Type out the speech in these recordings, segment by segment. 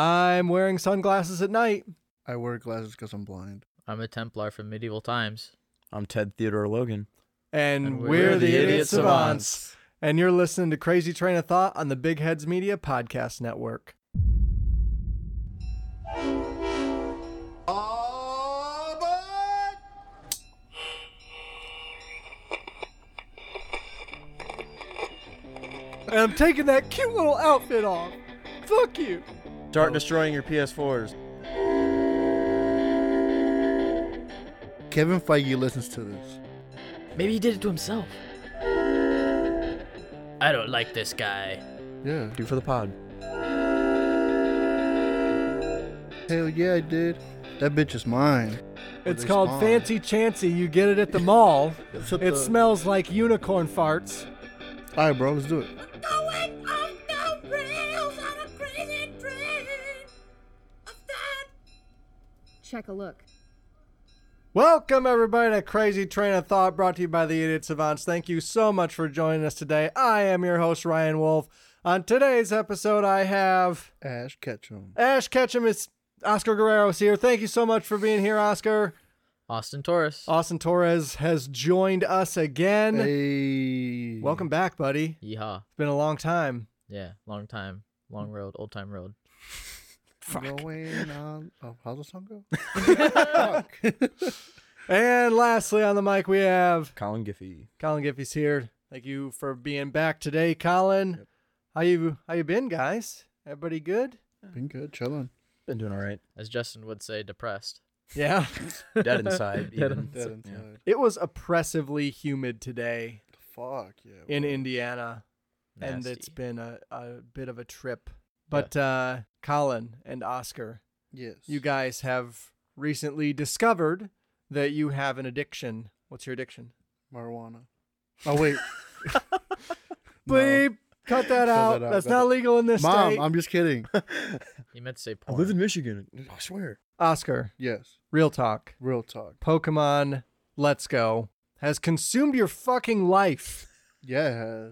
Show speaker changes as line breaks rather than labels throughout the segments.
I'm wearing sunglasses at night.
I wear glasses because I'm blind.
I'm a Templar from medieval times.
I'm Ted Theodore Logan.
And, we're, the Idiot, Savants. And you're listening to Crazy Train of Thought on the Big Heads Media Podcast Network. And I'm taking that cute little outfit off. Fuck you.
Start destroying your PS4s.
Kevin Feige listens to this.
Maybe he did it to himself. I don't like this guy.
Yeah.
Do for the pod.
Hell yeah, I did. That bitch is mine.
It's
they
called
spawn.
Fancy Chancy. You get it at the mall.
It's
it smells like unicorn farts.
All right, bro, let's do it.
going off the rails on a crazy train of thought.
Check a look.
Welcome, everybody, to Crazy Train of Thought brought to you by the Idiot Savants. Thank you so much for joining us today. I am your host, Ryan Wolf. On today's episode, I have
Ash Ketchum.
Ash Ketchum. It's Oscar Guerrero's here. Thank you so much for being here, Oscar.
Austin Taurus.
Austin Torres has joined us again.
Hey.
Welcome back, buddy.
Yeehaw.
It's been a long time.
Yeah, long time. Long road, old time road.
Going on. Oh, how's the song go?
And lastly, on the mic, we have
Colin Giffey.
Colin Giffey's here. Thank you for being back today, Colin. How you how you been, guys? Everybody good?
Been good, chilling.
Been doing all right.
As Justin would say, depressed.
Yeah.
Dead inside.
Dead
even.
Dead
Yeah.
inside.
It was oppressively humid today
Fuck yeah.
in
bro.
Indiana, and it's
Nasty.
been a, a bit of a trip. But uh, Colin and Oscar,
Yes.
you guys have recently discovered that you have an addiction. What's your addiction?
marijuana. Oh wait. No.
Bleep. Cut that out.
that out.
That's
Cut
not
that-
legal in this
Mom,
state.
I'm just kidding.
You meant to say
I
porn.
live in Michigan. I swear.
Oscar,
Yes.
real talk.
Real talk.
Pokemon Let's Go has consumed your fucking life.
Yeah,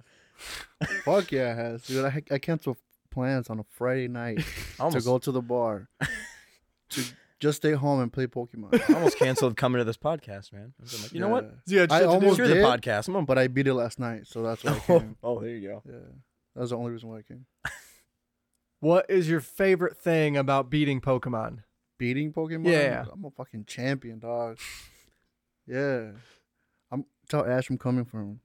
it has. Fuck yeah, it has. Dude, I, I canceled plans on a Friday night to
Almost-
go to the bar to just stay home and play Pokemon.
I almost canceled coming to this podcast, man. I was like, you know what?
Yeah,
I almost
Screw
did,
the podcast. I'm gonna
but I beat it last night, so that's why I
Oh,
came.
oh, there you go.
yeah, that was the only reason why I came.
What is your favorite thing about beating Pokemon?
Beating Pokemon.
Yeah.
I'm a fucking champion, dog. Yeah, I'm tell Ash I'm coming for him.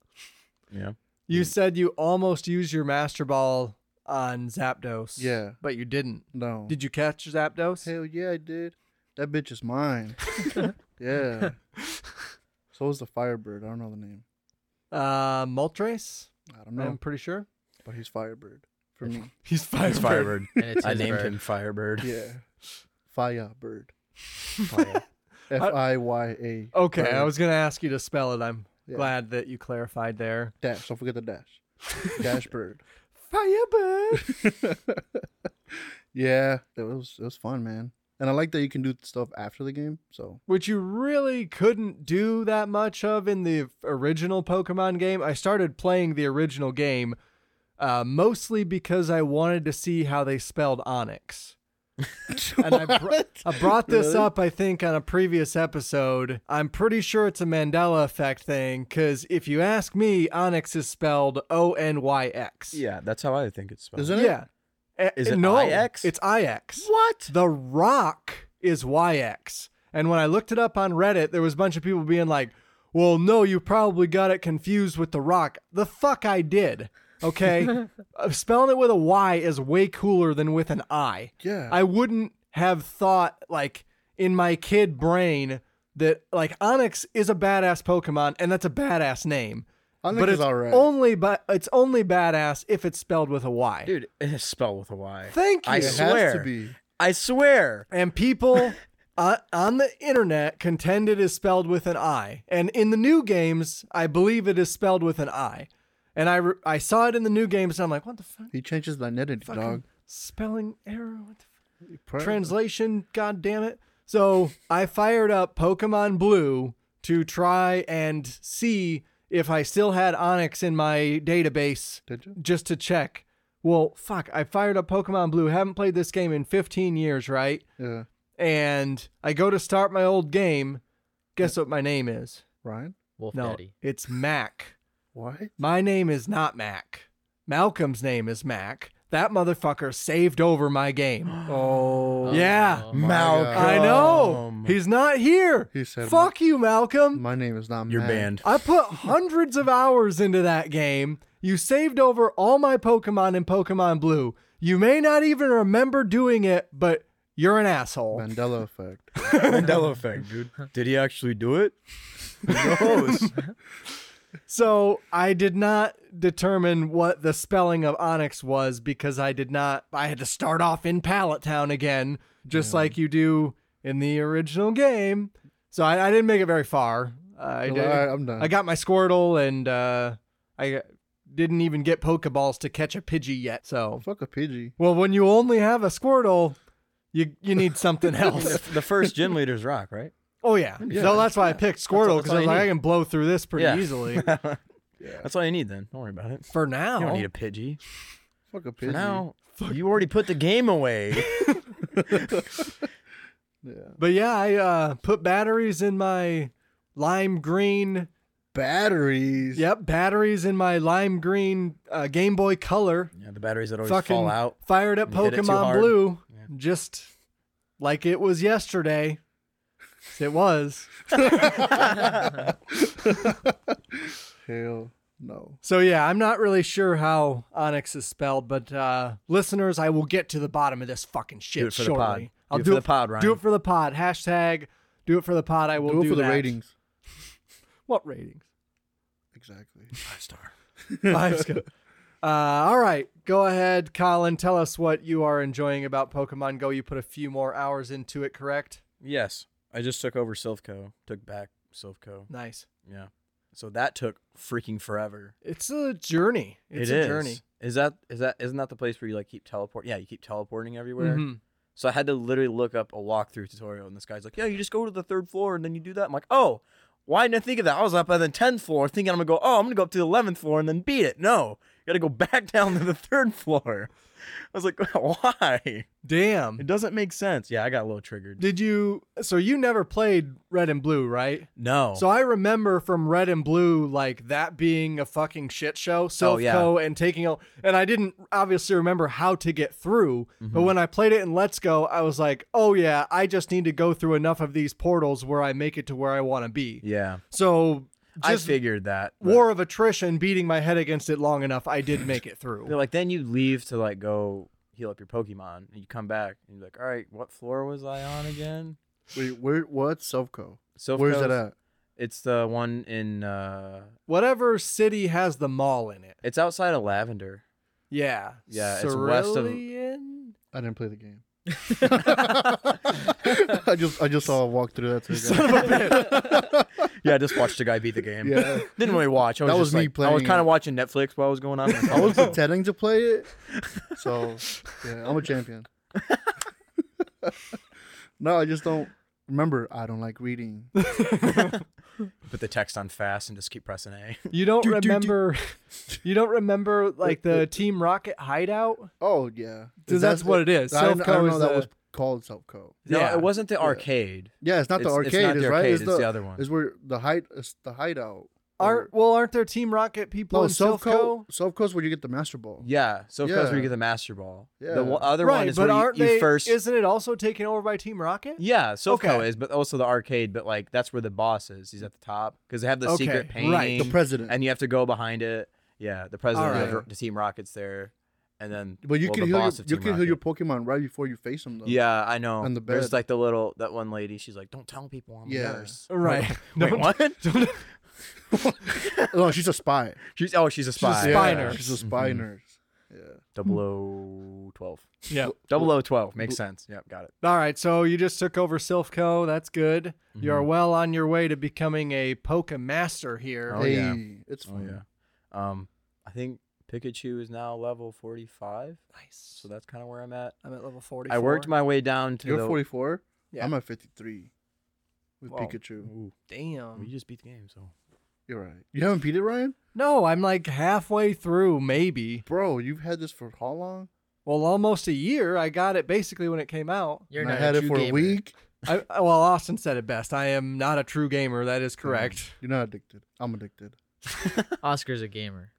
Yeah.
You
Hmm.
said you almost used your Master Ball on Zapdos.
Yeah.
But you didn't.
No.
Did you catch Zapdos?
Hell yeah, I did. That bitch is mine. yeah. So is the Firebird. I don't know the name.
Uh, Moltres,
I don't know,
I'm pretty sure.
but he's Firebird for me.
He's Firebird.
It's Firebird.
And it's
I
his
named
bird.
him Firebird.
Yeah. Firebird.
Fire.
F I Y A.
Okay,
Bird.
I was going to ask you to spell it. I'm
Yeah.
glad that you clarified there.
dash. Don't forget the dash. Dash bird.
Firebird.
yeah, it was it was fun, man. And I like that you can do stuff after the game. So
which you really couldn't do that much of in the original Pokemon game. I started playing the original game uh, mostly because I wanted to see how they spelled Onyx. and I, br- I brought this
Really?
up, I think, on a previous episode. I'm pretty sure it's a Mandela effect thing because if you ask me, Onyx is spelled O N Y X.
yeah, that's how I think it's spelled.
Isn't it?
Yeah. Eh,
Is it
no,
IX?
It's IX.
What?
The Rock is YX. And when I looked it up on Reddit, there was a bunch of people being like, well, no, you probably got it confused with The Rock. The fuck I did. Okay. Uh, Spelling it with a Y is way cooler than with an I.
Yeah.
I wouldn't have thought, like, in my kid brain that, like, Onyx is a badass Pokemon and that's a badass name.
Onyx
but
is
it's
alright.
only but it's only badass if it's spelled with a Y.
Dude, it is spelled with a Y.
Thank
I
you. It has
it
swear.
has to be.
I swear.
And people uh, on the internet contend it is spelled with an I. And in the new games, I believe it is spelled with an I. And I, re- I saw it in the new games, and I'm like, what the fuck?
He changes the identity,
Fucking
dog.
spelling error? What the
Pro-
fuck? Translation? God damn it. So I fired up Pokemon Blue to try and see if I still had Onyx in my database
Did you?
just to check well, fuck, I fired up Pokemon Blue, haven't played this game in 15 years, right?
Yeah.
And I go to start my old game. Guess what my name is?
Ryan?
Wolf
No,
Daddy.
it's Mac.
What?
My name is not Mac. Malcolm's name is Mac. That motherfucker saved over my game.
Oh,
yeah.
Oh my
Malcolm.
I know. He's not here.
He said,
Fuck you, Malcolm.
My name is not
You're
Matt.
banned.
I put hundreds of hours into that game. You saved over all my Pokemon in Pokemon Blue. You may not even remember doing it, but you're an asshole.
Mandela effect.
Mandela effect, dude. Did he actually do it? Who knows?
So I did not determine what the spelling of Onyx was because I did not. I had to start off in Pallet Town again, just like you do in the original game. So I, I didn't make it very far. I
Well,
did.
all right, I'm done.
I got my Squirtle, and uh, I didn't even get Pokeballs to catch a Pidgey yet. So
Oh, Fuck a Pidgey.
Well, when you only have a Squirtle, you you need something else.
the, the first gym leader's rock, right?
oh yeah. So that's why I picked Squirtle
that's
because
all
I was
you
like, I
need.
can blow through this pretty
Yeah.
easily
That's all you need then. Don't worry about it.
for
You
now.
don't need a Pidgey.
Fuck a Pidgey.
For now, you already put the game away.
But yeah, I uh, put batteries in my lime green.
Batteries.
Yep, batteries in my lime green uh, Game Boy Color.
yeah, the batteries that always
Fucking
fall out.
fired up
You hit it too
Pokemon
hard.
Blue,
Yeah.
just like it was yesterday. It was.
Hell no.
So yeah, I'm not really sure how Onyx is spelled, but uh, listeners, I will get to the bottom of this fucking shit
Do it for the
shortly.
pod. Do
I'll
it for the pod, Ryan.
Do it for the pod. Hashtag do it for the pod. I will do,
Do it for the
that.
ratings.
What ratings?
Exactly.
Five star.
Five sco- uh, all right, go ahead, Colin. Tell us what you are enjoying about Pokemon Go. You put a few more hours into it, correct?
Yes. I just took over Silphco. Took back Silphco.
Nice.
Yeah. So that took freaking forever.
It's a journey. It's
It
a
is.
journey.
Is that is that isn't that the place where you like keep teleport? Yeah, you keep teleporting everywhere.
Mhm.
So I had to literally look up a walkthrough tutorial, and this guy's like, "Yeah, you just go to the third floor and then you do that." I'm like, "Oh, why didn't I think of that? I was up on the tenth floor thinking I'm gonna go. Oh, I'm gonna go up to the eleventh floor and then beat it. No, you gotta go back down to the third floor." I was like, "Why? It
Damn.
doesn't make sense." Yeah, I got a little triggered.
Did you? So you never played Red and Blue, right?
No.
So I remember from Red and Blue, like that being a fucking shit show. So
Oh, yeah.
and taking out, and I didn't obviously remember how to get through.
Mm-hmm.
But when I played it in Let's Go, I was like, oh yeah, I just need to go through enough of these portals where I make it to where I want to be.
yeah,
So
I
just
figured that. but-
war of attrition, beating my head against it long enough, I did make it
They're
through.
like, then you leave to like go heal up your Pokemon, and you come back, and you're like, all right, what floor was I on again?
Wait, where? What? Selfco.
So
Where's that at?
It's the one in. uh
Whatever city has the mall in it.
It's outside of Lavender.
Yeah.
Yeah, it's west of-
Cerulean?
I didn't play the game. I just I just saw a walk through that. Today.
Yeah, I just watched a guy beat the game.
Yeah.
Didn't really watch. I was
That was
just,
me
like- I was
playing
kind
it.
of watching Netflix while I was going on.
I was pretending to play it, so yeah, I'm a champion. no, I just don't remember. I don't like reading.
put the text on fast and just keep pressing A.
You don't remember you don't remember like the Team Rocket hideout?
Oh yeah,
So that's what it is.
I don't, I
Self-co
don't
is
know that
the-
was called Selfco.
No,
Yeah.
it wasn't the arcade.
Yeah, it's not the
It's-
arcade.
it's not the
right.
arcade,
It's,
it's the other one.
Is where the hide. It's the hideout.
Aren't well aren't there Team Rocket people
No,
in Silco?
Selfco. Selfco's where you get the master ball.
Yeah, so of course where
Yeah.
you get the Master Ball.
Yeah.
The one, other one
Right,
is
but
where you-
aren't
you,
they
first.
isn't it also taken over by Team Rocket?
Yeah, Silco
Okay.
is, but also the arcade. But like that's where the boss is. He's at the top because they have the secret
Okay,
painting,
right.
The president.
and you have to go behind it. Yeah, the president of
Alright.
the, the Team Rocket's there, and then
But you
well,
can
the
heal your,
boss of
you
Team
can heal your
Rocket.
Pokemon right before you face them though.
Yeah, I know.
on the
There's
bed.
like the little that one lady. She's like, "Don't tell people I'm
Yeah.
a nurse."
Right.
Wait,
Don't-
what?
No, she's a spy.
she's oh, she's a spy.
spy
Yeah,
nurse.
She's a spy
Mhm.
nurse. Yeah.
Double O twelve.
Yeah.
Mm-hmm. Double O twelve makes sense. Yep, got it.
All right, so you just took over Silfco. That's good. You
Mm-hmm.
are well on your way to becoming a Poke Master here.
Oh,
hey,
yeah.
it's
Oh
fun.
yeah. Um, I think Pikachu is now level forty five. Nice. So that's kind of where I'm at.
I'm at level 40.
I worked my way down to
You're
the
44.
Yeah.
I'm at 53 with
Wow.
Pikachu.
Ooh,
damn.
you just beat the game, so
You're right. You haven't beat it, Ryan?
No, I'm like halfway through, maybe.
Bro, you've had this for how long?
Well, almost a year. I got it basically when it came out.
You're
And
not
I had
a
it
true
for
gamer.
a week.
I, uh, well, Austin said it best. I am not a true gamer. That is correct.
You're not addicted. I'm addicted.
Oscar's a gamer.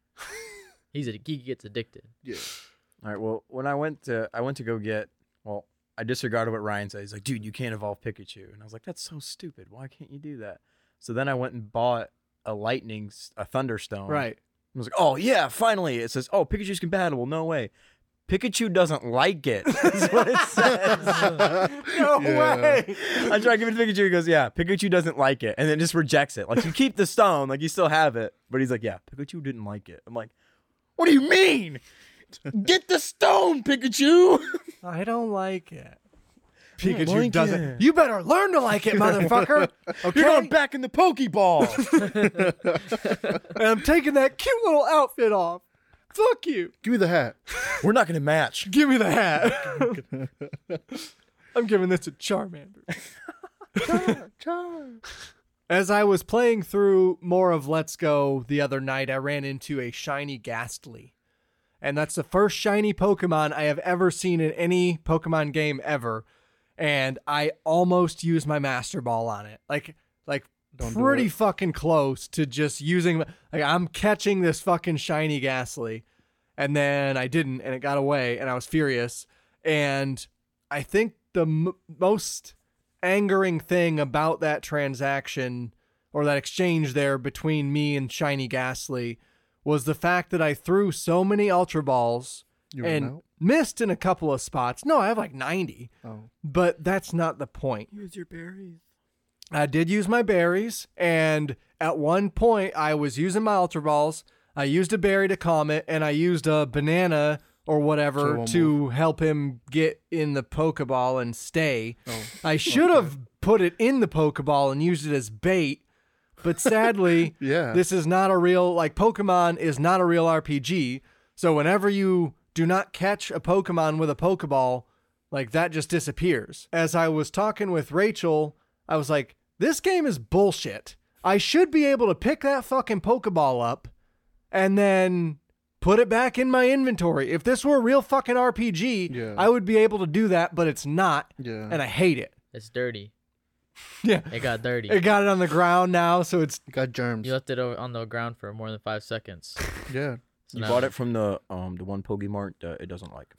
He's a he gets addicted.
Yeah.
All right. Well, when I went to I went to go get well, I disregarded what Ryan said. He's like, dude, you can't evolve Pikachu, and I was like, that's so stupid. Why can't you do that? So then I went and bought a lightning, s- a thunderstone.
Right.
I was like, oh yeah, finally. It says, oh, Pikachu's compatible. No way. Pikachu doesn't like it. That's what it says.
No
Yeah.
way.
I try to give it to Pikachu. He goes, yeah, Pikachu doesn't like it, and then just rejects it. Like you keep the stone, like you still have it, but he's like, yeah, Pikachu didn't like it. I'm like, what do you mean? Get the stone, Pikachu.
I don't like it. Pikachu
like
doesn't.
it.
You better learn to like it, motherfucker. Okay.
You're going back in the Pokeball.
and I'm taking that cute little outfit off. Fuck you.
Give me the hat.
We're not going to match.
Give me the hat. I'm giving this to Charmander. As I was playing through more of Let's Go the other night, I ran into a shiny Ghastly. And that's the first shiny Pokemon I have ever seen in any Pokemon game ever. And I almost used my Master Ball on it. Like, like
do
pretty
it.
fucking close to just using. Like, I'm catching this fucking shiny Ghastly. And then I didn't, and it got away, and I was furious. And I think the m- most angering thing about that transaction or that exchange there between me and Shiny Ghastly was the fact that I threw so many Ultra Balls
You ran
and
out?
missed in a couple of spots. No, I have like 90,
Oh.
but that's not the point.
Use your berries.
I did use my berries, and at one point I was using my Ultra Balls. I used a berry to calm it, and I used a banana or
So
whatever
one
to help him get in the Pokeball and stay.
Oh.
I should have put it in the Pokeball and used it as bait, but sadly,
Yeah.
this is not a real like Pokemon is not a real RPG. So whenever you do not catch a Pokemon with a Pokeball, like that just disappears. As I was talking with Rachel, I was like, "This game is bullshit. I should be able to pick that fucking Pokeball up and then put it back in my inventory. If this were a real fucking RPG,
Yeah.
I would be able to do that, but it's not,
Yeah.
and I hate it."
It's dirty.
Yeah.
It got dirty.
It got it on the ground now, so it's
You got germs.
you left it over on the ground for more than five seconds.
Yeah.
So
You
now-
bought it from the um the one Pokemart uh, it doesn't like.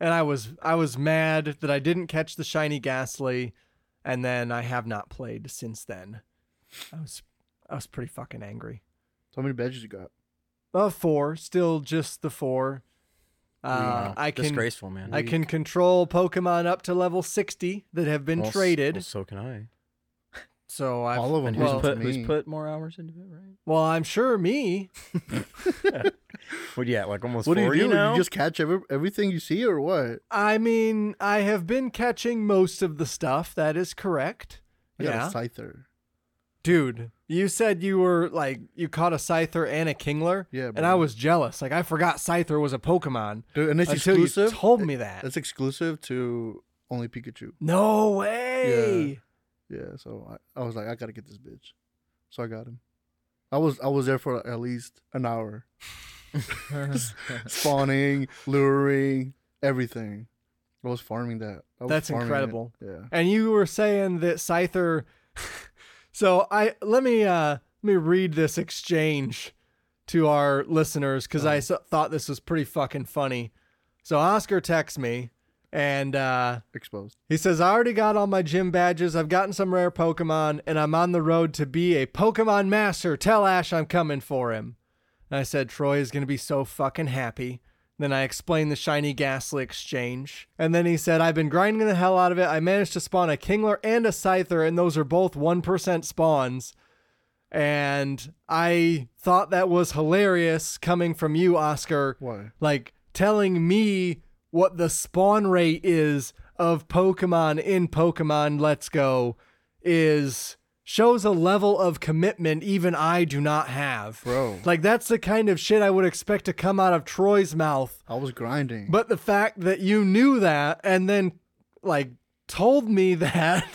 and I was I was mad that I didn't catch the shiny ghastly, and then I have not played since then. I was I was pretty fucking angry.
So how many badges you got?
Uh, four, still just the four. Uh,
Wow.
I can
Disgraceful, man.
I can control Pokemon up to level sixty that have been
Well, s-
traded.
well, so can I.
so I
All of them.
And
Well,
who's put,
to
who's
me.
put more hours into it, right?
well, I'm sure me.
Well, yeah, like almost
What do you
40
do?
now.
You just catch every, everything you see, or what?
I mean, I have been catching most of the stuff. That is correct.
I got
yeah,
a Scyther.
Dude, you said you were like you caught a Scyther and a Kingler.
Yeah,
And I
bro.
was jealous. Like I forgot Scyther was a Pokemon.
Dude, and it's
until
exclusive.
you told me that.
It's exclusive to only Pikachu.
No way.
Yeah, so I, I was like, I gotta get this bitch. So I got him. I was I was there for at least an hour, spawning, luring, everything. I was farming that. I was
That's
farming it.
incredible.
Yeah.
And you were saying that Scyther So I let me uh let me read this exchange to our listeners cuz I so- thought this was pretty fucking funny. So Oscar texts me and uh
Exposed.
He says, I already got all my gym badges. I've gotten some rare Pokemon, and I'm on the road to be a Pokemon master. Tell Ash I'm coming for him. And I said, Troy is going to be so fucking happy. Then I explained the shiny Ghastly exchange. And then he said, I've been grinding the hell out of it. I managed to spawn a Kingler and a Scyther, and those are both 1% spawns. And I thought that was hilarious coming from you, Oscar
Why?
like telling me what the spawn rate is of Pokemon in Pokemon Let's Go is shows a level of commitment even I do not have.
Bro.
Like that's the kind of shit I would expect to come out of Troy's mouth.
I was grinding.
But the fact that you knew that and then like told me that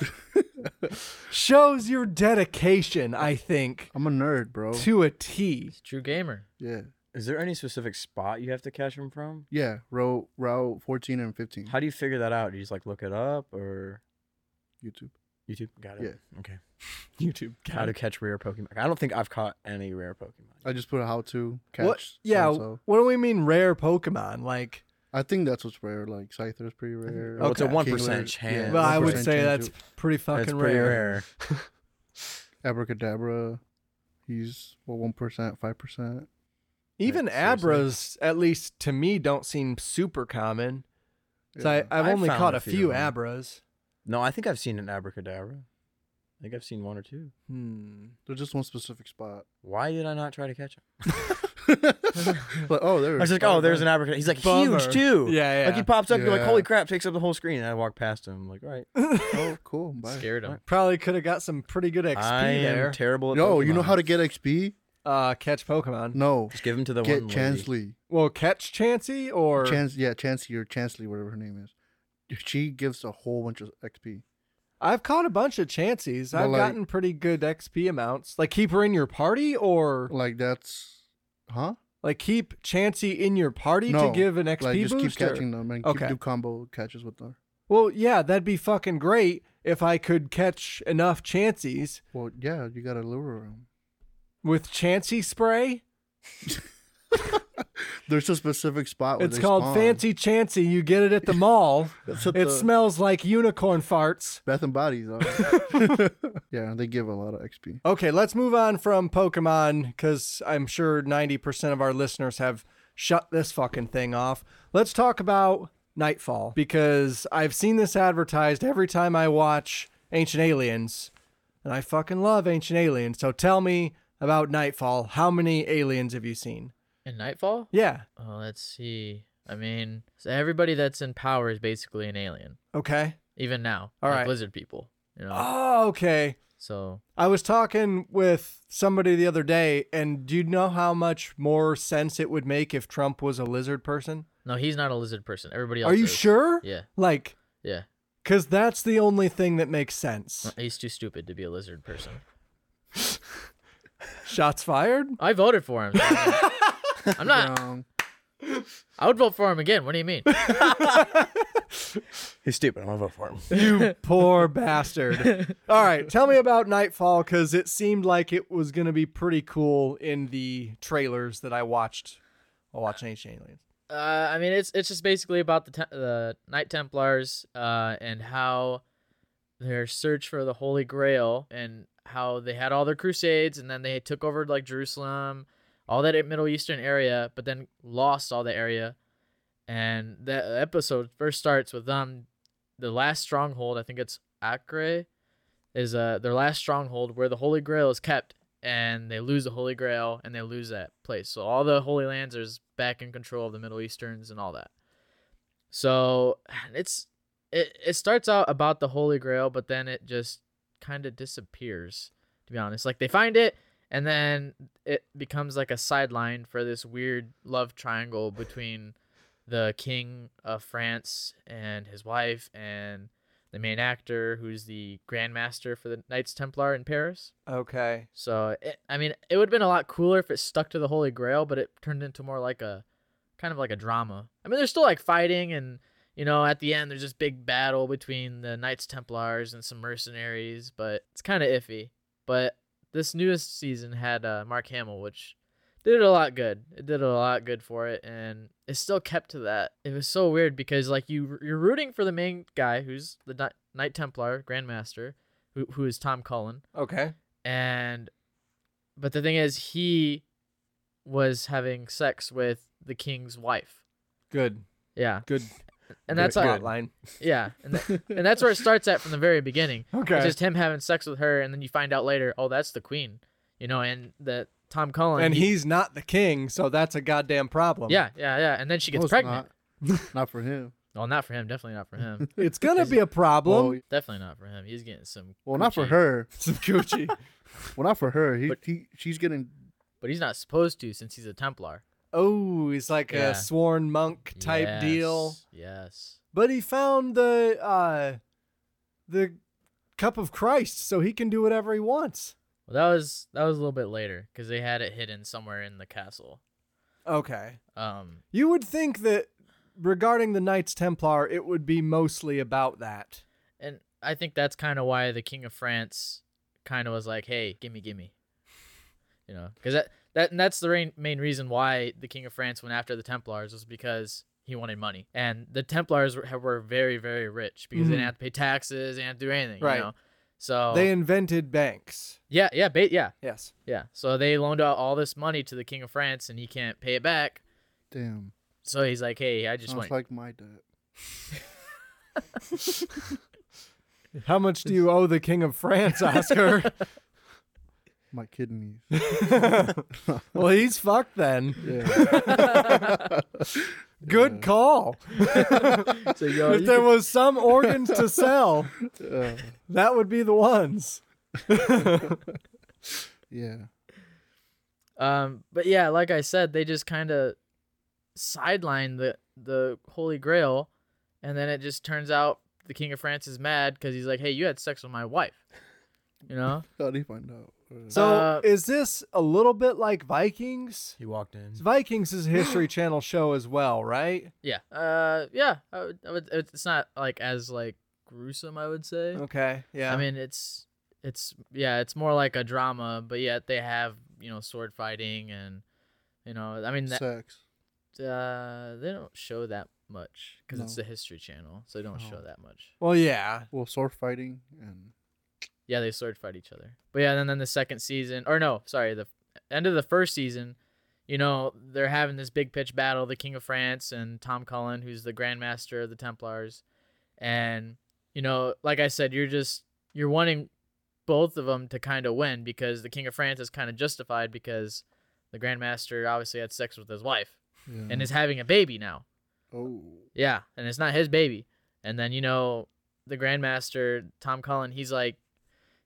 Shows your dedication, I think,
I'm a nerd, bro.
to a T.
He's a true gamer.
Yeah.
Is there any specific spot you have to catch him from?
Yeah. Row route 14 and 15.
How do you figure that out? Do you just like look it up or
YouTube.
YouTube? Got it. Yeah. Okay. YouTube. How to catch rare Pokemon. I don't think I've caught any rare Pokemon.
I just put a how to catch.
what? Yeah.
so-and-so.
What do we mean rare Pokemon? Like,
I think that's what's rare. Like Scyther's pretty rare.
Well, it's a
Okay.
1%
Kingler-
chance.
yeah,
well, I would
1%
say
chance
that's
of-
pretty fucking
That's pretty
rare.
rare.
Abracadabra. He's well, one percent, five percent.
Even
Right, seriously.
Abras, at least to me, don't seem super common. So I, I've
I've
only
found
caught
a
a
few
few
of 'em.
Abras.
No, I think I've seen an abracadabra. I think I've seen one or two.
Hmm.
There's just one specific spot.
Why did I not try to catch him?
Like, oh, there.
I was like, oh, there's an abracadabra. He's like huge
Bummer.
too.
Yeah,
Like
yeah.
he pops up, you're like,
Yeah.
holy crap, takes up the whole screen. And I walk past him. I'm like, all right.
Oh, cool. Bye.
Scared him.
Probably could have got some pretty good XP
I
there.
am terrible at
No, you know
Pokemon.
how to get XP?
uh, catch Pokemon.
No,
Just give him to the
get
one. lady.
Chansley.
Well, catch Chansey or
Chans, yeah, Chansey or Chansley, whatever her name is. She gives a whole bunch of XP.
I've caught a bunch of Chanseys.
But
I've
like-
gotten pretty good XP amounts. Like keep her in your party or
Like that's, huh?
like keep Chansey in your party
no,
to give an XP
like just keep
booster.
catching them and
Okay.
keep do combo catches with her.
Well, yeah, that'd be fucking great if I could catch enough Chanseys
Well, yeah, you gotta lure them.
with Chansey spray.
There's a specific spot. Where
it's
Oh, they
called
spawn.
Fancy Chansey. You get it at the mall.
That's at
it
the-
smells like unicorn farts.
Bath and Bodies. Are. yeah, they give a lot of XP.
Okay, let's move on from Pokemon because I'm sure 90% of our listeners have shut this fucking thing off. Let's talk about Nightfall because I've seen this advertised every time I watch Ancient Aliens and I fucking love Ancient Aliens. So tell me about Nightfall. How many aliens have you seen?
And Nightfall?
Yeah.
Oh, let's see. I mean, so everybody that's in power is basically an alien,
Okay.
even now.
All
like
right.
lizard people, you know.
Oh, okay.
So
I was talking with somebody the other day, and do you know how much more sense it would make if Trump was a lizard person?
no, he's not a lizard person. Everybody else.
Are you
is.
sure?
Yeah,
Like,
yeah.
Because that's the only thing that makes sense.
He's too stupid to be a lizard person.
Shots fired?
I voted for him. so- I'm not.
Um,
I would vote for him again. What do you mean?
He's stupid. I'm gonna vote for him.
You poor bastard. All right, tell me about Nightfall because it seemed like it was going to be pretty cool in the trailers that I watched while watching Ancient Aliens.
Uh, I mean, it's it's just basically about the te- the Knight Templars uh, and how their search for the Holy Grail and how they had all their crusades and then they took over like Jerusalem, all that Middle Eastern area, but then lost all the area. And that episode first starts with them, the last stronghold. I think it's Acre, is uh their last stronghold where the Holy Grail is kept, and they lose the Holy Grail and they lose that place. So all the Holy Lands is back in control of the Middle Easterns and all that. So it's it it starts out about the Holy Grail, but then it just kind of disappears. To be honest, like they find it. And then it becomes like a sideline for this weird love triangle between the king of France and his wife and the main actor who's the Grand Master for the Knights Templar in Paris.
Okay.
So it, I mean, it would have been a lot cooler if it stuck to the Holy Grail, but it turned into more like a kind of like a drama. I mean, there's still like fighting and you know, at the end there's this big battle between the Knights Templars and some mercenaries, but it's kind of iffy. But this newest season had uh, Mark Hamill, which did a lot good. It did a lot good for it, and it still kept to that. It was so weird because like you you're rooting for the main guy who's the Kni- Knight Templar Grand Master, who who is Tom Cullen
Okay.
and but the thing is he was having sex with the king's wife
Good.
yeah
Good.
and that's
good
how,
line.
yeah and, tha- and that's where it starts at from the very beginning
Okay.
it's just him having sex with her and then you find out later oh that's the queen you know and that tom cullen
and
he-
he's not the king, so that's a goddamn problem.
yeah yeah yeah and then she gets
no, it's
pregnant
Not, not for him.
well not for him definitely not for him
It's going to be a problem.
Well,
definitely not for him he's getting some
well, not for
coochie,
her.
Some Gucci.
Well, not for her. He,
But-
he she's getting.
but he's not supposed to since he's a templar
oh, he's like
Yeah.
a sworn monk type deal.
Yes, yes
But he found the uh the cup of Christ so he can do whatever he wants.
Well, that was that was a little bit later because they had it hidden somewhere in the castle.
Okay.
Um,
You would think that regarding the Knights Templar, it would be mostly about that.
and I think that's kind of why the King of France kind of was like, "Hey, gimme, gimme," you know, because that that and that's the rain, main reason why the King of France went after the Templars was because he wanted money, and the Templars were, were very very rich because
Mhm.
they didn't have to pay taxes, they didn't have to do anything,
Right.
you know. So
They invented banks.
yeah, yeah, ba- yeah,
Yes.
yeah. So they loaned out all this money to the King of France, and he can't pay it back.
Damn.
So he's like, "Hey, I just
Sounds
want."
like my debt.
How much do you owe the King of France, Oscar?
My kidneys.
well, he's fucked then.
Yeah.
Good call.
so yo,
If
you
there was some organs to sell,
Uh,
that would be the ones.
yeah.
Um, but yeah, like I said, they just kind of sideline the the Holy Grail, and then it just turns out the King of France is mad because he's like, "Hey, you had sex with my wife," you know?
How do you find out? Uh,
So,
Uh,
is this a little bit like Vikings?
He walked in.
Vikings is a History Channel show as well, right?
yeah. Uh, yeah. I would, I would, it's not like as like gruesome, I would say.
Okay. Yeah.
I mean, it's it's yeah, it's more like a drama, but yet they have you know sword fighting and you know, I mean, that,
Sex.
uh, they don't show that much because it's
No.
the History Channel, so they don't show
Oh.
that much.
well, yeah.
Well, sword fighting and
Yeah, they sword fight each other. But yeah, and then the second season, or no, sorry, the end of the first season, you know, they're having this big pitch battle, the King of France and Tom Cullen, who's the Grand Master of the Templars, and you know, like I said, you're just you're wanting both of them to kind of win because the King of France is kind of justified because the Grand Master obviously had sex with his wife
yeah.
and is having a baby now.
oh
Yeah, and it's not his baby. And then you know the grandmaster Tom Cullen, he's like,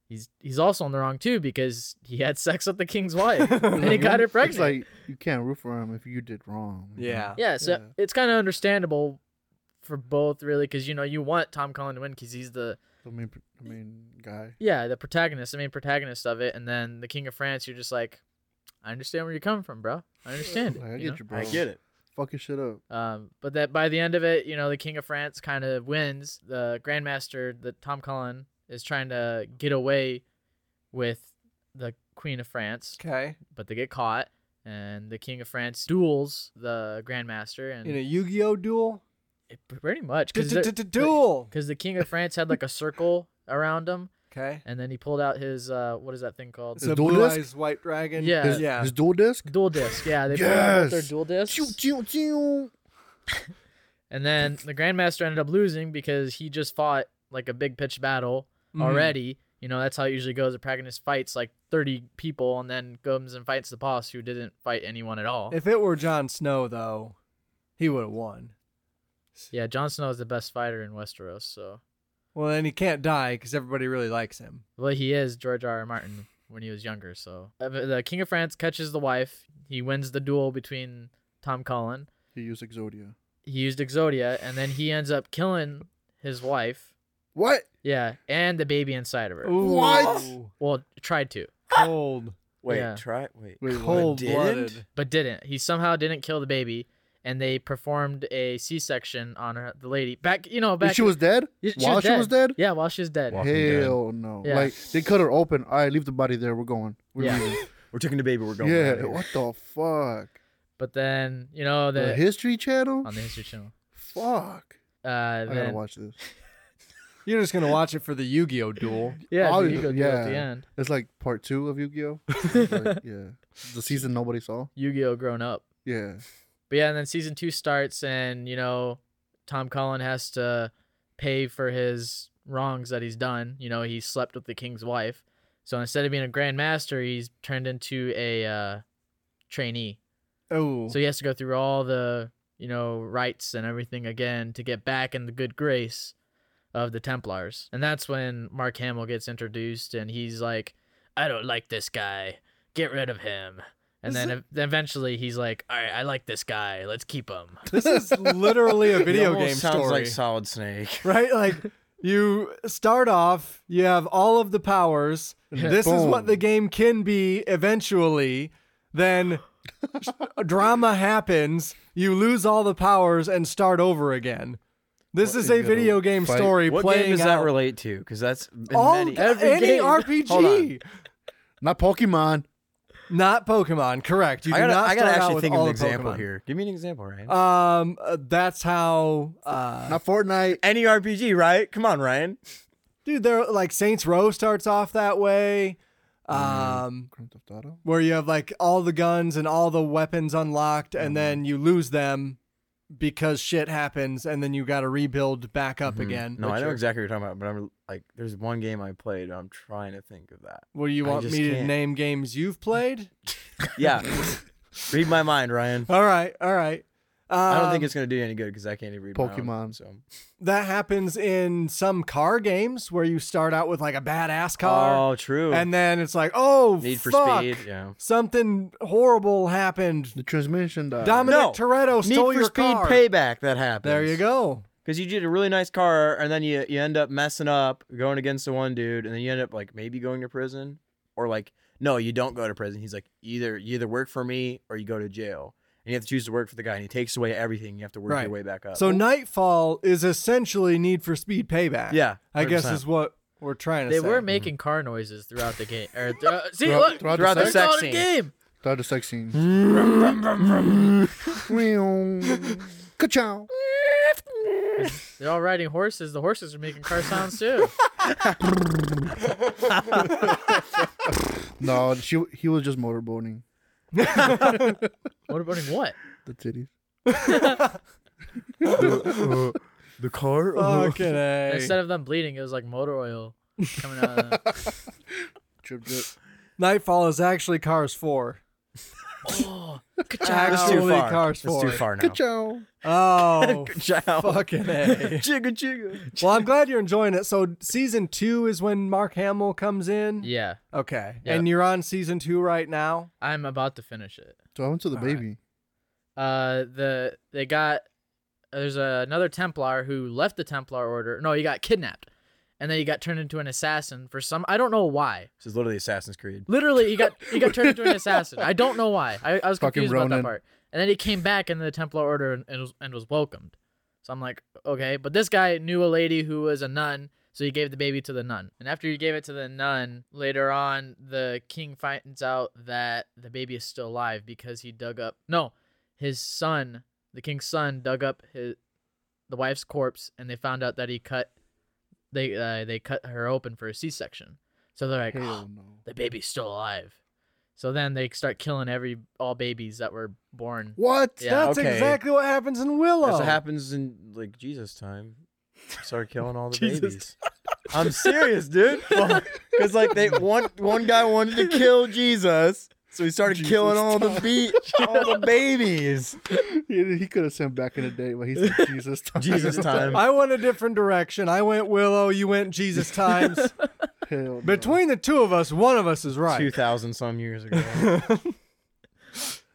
he's he's also in the wrong too because he had sex with the king's wife and he got her
It's
pregnant.
like you can't root for him if you did wrong. you know?
Yeah.
yeah, so
Yeah.
it's kind of understandable for both really because you know you want Tom Cullen to win because he's the
The main, pr- the main guy.
yeah the protagonist, the main protagonist of it. And then the King of France, you're just like, I understand where you're coming from, bro. I understand.
Like,
it,
I
you
get
know?
you, bro.
I get it.
Fuck your shit up.
Um, but that by the end of it, you know, the King of France kind of wins. The Grandmaster, the Tom Cullen, is trying to get away with the Queen of France,
Okay.
but they get caught, and the King of France duels the Grandmaster, and
In a Yu-Gi-Oh duel.
it- pretty much because
Duel.
because the King of France had like a circle around him,
Okay.
and then he pulled out his uh, what is that thing called?
It's a
dual
blue
disc?
eyes white dragon.
Yeah.
His,
yeah.
his dual disc.
Dual disc, yeah. They pulled out their
Yes!
dual disc.
Choo, choo, choo.
And then the Grandmaster ended up losing because he just fought like a big pitched battle
Mhm.
already. You know, that's how it usually goes. The protagonist fights like 30 people and then comes and fights the boss who didn't fight anyone at all.
If it were Jon Snow, though, he would have won.
yeah, Jon Snow is the best fighter in Westeros, so.
Well, then he can't die because everybody really likes him.
Well, he is George R. R. Martin when he was younger, so. Uh, but The King of France catches the wife. He wins the duel between Tom Cullen.
He used Exodia.
He used Exodia, and then he ends up killing his wife.
What?
Yeah, and the baby inside of her.
What?
Ooh,
Well, tried to.
Cold.
Wait,
Yeah.
try wait.
Wait, what?
Cold blooded.
didn't?
but didn't. He somehow didn't kill the baby, and they performed a C-section on her, the lady back. You know,
And
back
she was dead.
Yeah, she
While
was
she was dead.
Yeah, while she was dead.
Wow. Walking Dead.
Hell no.
Yeah.
Like they cut her open. All right, leave the body there. We're going. We're
Yeah.
leaving.
We're taking the baby, we're going.
Yeah.
outta here.
What the fuck?
But then you know
The,
the,
History Channel.
on the History Channel.
Fuck.
Uh,
I
then,
gotta watch this.
You're just gonna watch it for the Yu-Gi-Oh duel.
Yeah,
Oh,
the Yu-Gi-Oh! duel at the
yeah.
end.
It's like part two of Yu-Gi-Oh. It's like, yeah. The season nobody saw.
Yu-Gi-Oh! grown up.
Yeah.
But yeah, and then season two starts, and you know, Tom Cullen has to pay for his wrongs that he's done. You know, he slept with the king's wife, so instead of being a grand master, he's turned into a uh, trainee.
Oh.
So he has to go through all the, you know, rights and everything again to get back in the good grace of the Templars. And that's when Mark Hamill gets introduced and he's like, I don't like this guy. Get rid of him. And
Is
then ev- eventually he's like, All right, I like this guy. Let's keep him.
this is literally a
It
video
almost
game
sounds
story,
like Solid Snake.
right? Like You start off, you have all of the powers. This is what
Boom.
the game can be eventually. Then a drama happens, you lose all the powers and start over again. This is
you
a
gotta
video game
fight.
story
What
playing
game does that
out
relate to? Because that's been
all
many.
Every
any
game.
Hold on.
RPG,
Not Pokemon.
not Pokemon. Correct. You
I
do
gotta,
not
I gotta
start out
actually
with
think of
all
an
the
example
Pokemon.
here. Give me an example, Ryan.
Um, uh, that's how. Uh,
Not Fortnite.
Any RPG, right? Come on, Ryan.
dude they're like saints row starts off that way
Mm.
um
Grand Theft Auto.
where you have like all the guns and all the weapons unlocked
Mm-hmm.
and then you lose them because shit happens and then you got to rebuild back up again
Mm-hmm. Mm. No, I know
Which-
exactly what you're talking about, but I'm like, there's one game I played. and I'm trying to think of that.
well you
I
want
just
me to
can't.
name games you've played
Yeah, read my mind, Ryan.
all right all right um,
I don't think it's gonna do you any good because I can't even read. My own,
Pokemon.
so
that happens in some car games where you start out with like a badass car
oh, true.
and then it's like oh
Need for
fuck,
Speed. Yeah.
something horrible happened
The transmission died.
Dominic
No.
Toretto
Need
Oh, stole
for
your
Speed
car.
Payback. That happens.
There you go.
Because you did a really nice car, and then you you end up messing up, going against the one dude, and then you end up like maybe going to prison, or like no, you don't go to prison. He's like either you either work for me or you go to jail, and you have to choose to work for the guy, and he takes away everything. You have to work
Right.
your way back up.
So Nightfall is essentially Need for Speed Payback.
Yeah,
I guess
100%.
is what we're trying to
They
say.
were making car noises throughout the game. Or, uh, see,
Throughout-
look,
throughout the
they're
sex-
calling
sex
it
scene.
game.
Throughout the sex scene. Ka-chow.
They're all riding horses. The horses are making car sounds too.
No, she he was just motorboating
what about in what?
the titties.
the car. Oh.
Fucking
Instead
A.
of them bleeding, it was like motor oil coming out. Of them.
Drip drip.
Nightfall is actually Cars 4.
Oh,
That's
Actually
too far.
Cars
That's
4.
too far now.
Ka-chow.
Oh,
Ciao.
fucking A.
Chigga chigga.
Well, I'm glad you're enjoying it. So season two is when Mark Hamill comes in.
yeah,
Okay.
Yeah.
And you're on season two right now.
I'm about to finish it.
So I went to the
All right.
baby.
Uh, the they got there's a, another Templar who left the Templar order. No, he got kidnapped, and then he got turned into an assassin for some. I don't know why.
This is literally Assassin's Creed.
Literally, he got he got turned into an assassin. I don't know why. I, I was
Fucking
confused about that
Ronin.
part. And then he came back into the Templar order and, and, was, and was welcomed. So I'm like, okay. But this guy knew a lady who was a nun, so he gave the baby to the nun. And after he gave it to the nun, later on, the king finds out that the baby is still alive because he dug up. No, his son, the king's son, dug up his the wife's corpse, and they found out that he cut they uh, they cut her open for a C-section. So they're like,
Hell no.
the baby's still alive. So then they start killing every all babies that were born.
What?
Yeah.
That's
okay.
exactly what happens in Willow.
That's what happens in like Jesus time. Start killing all the babies. I'm serious, dude. Because like they one one guy wanted to kill Jesus, so he started killing all the be- all the babies.
He, he could have sent back in the day, but he said Jesus time.
Jesus time.
I went a different direction. I went Willow. You went Jesus Times.
Hell no.
Between the two of us, one of us is right.
Two thousand some years ago.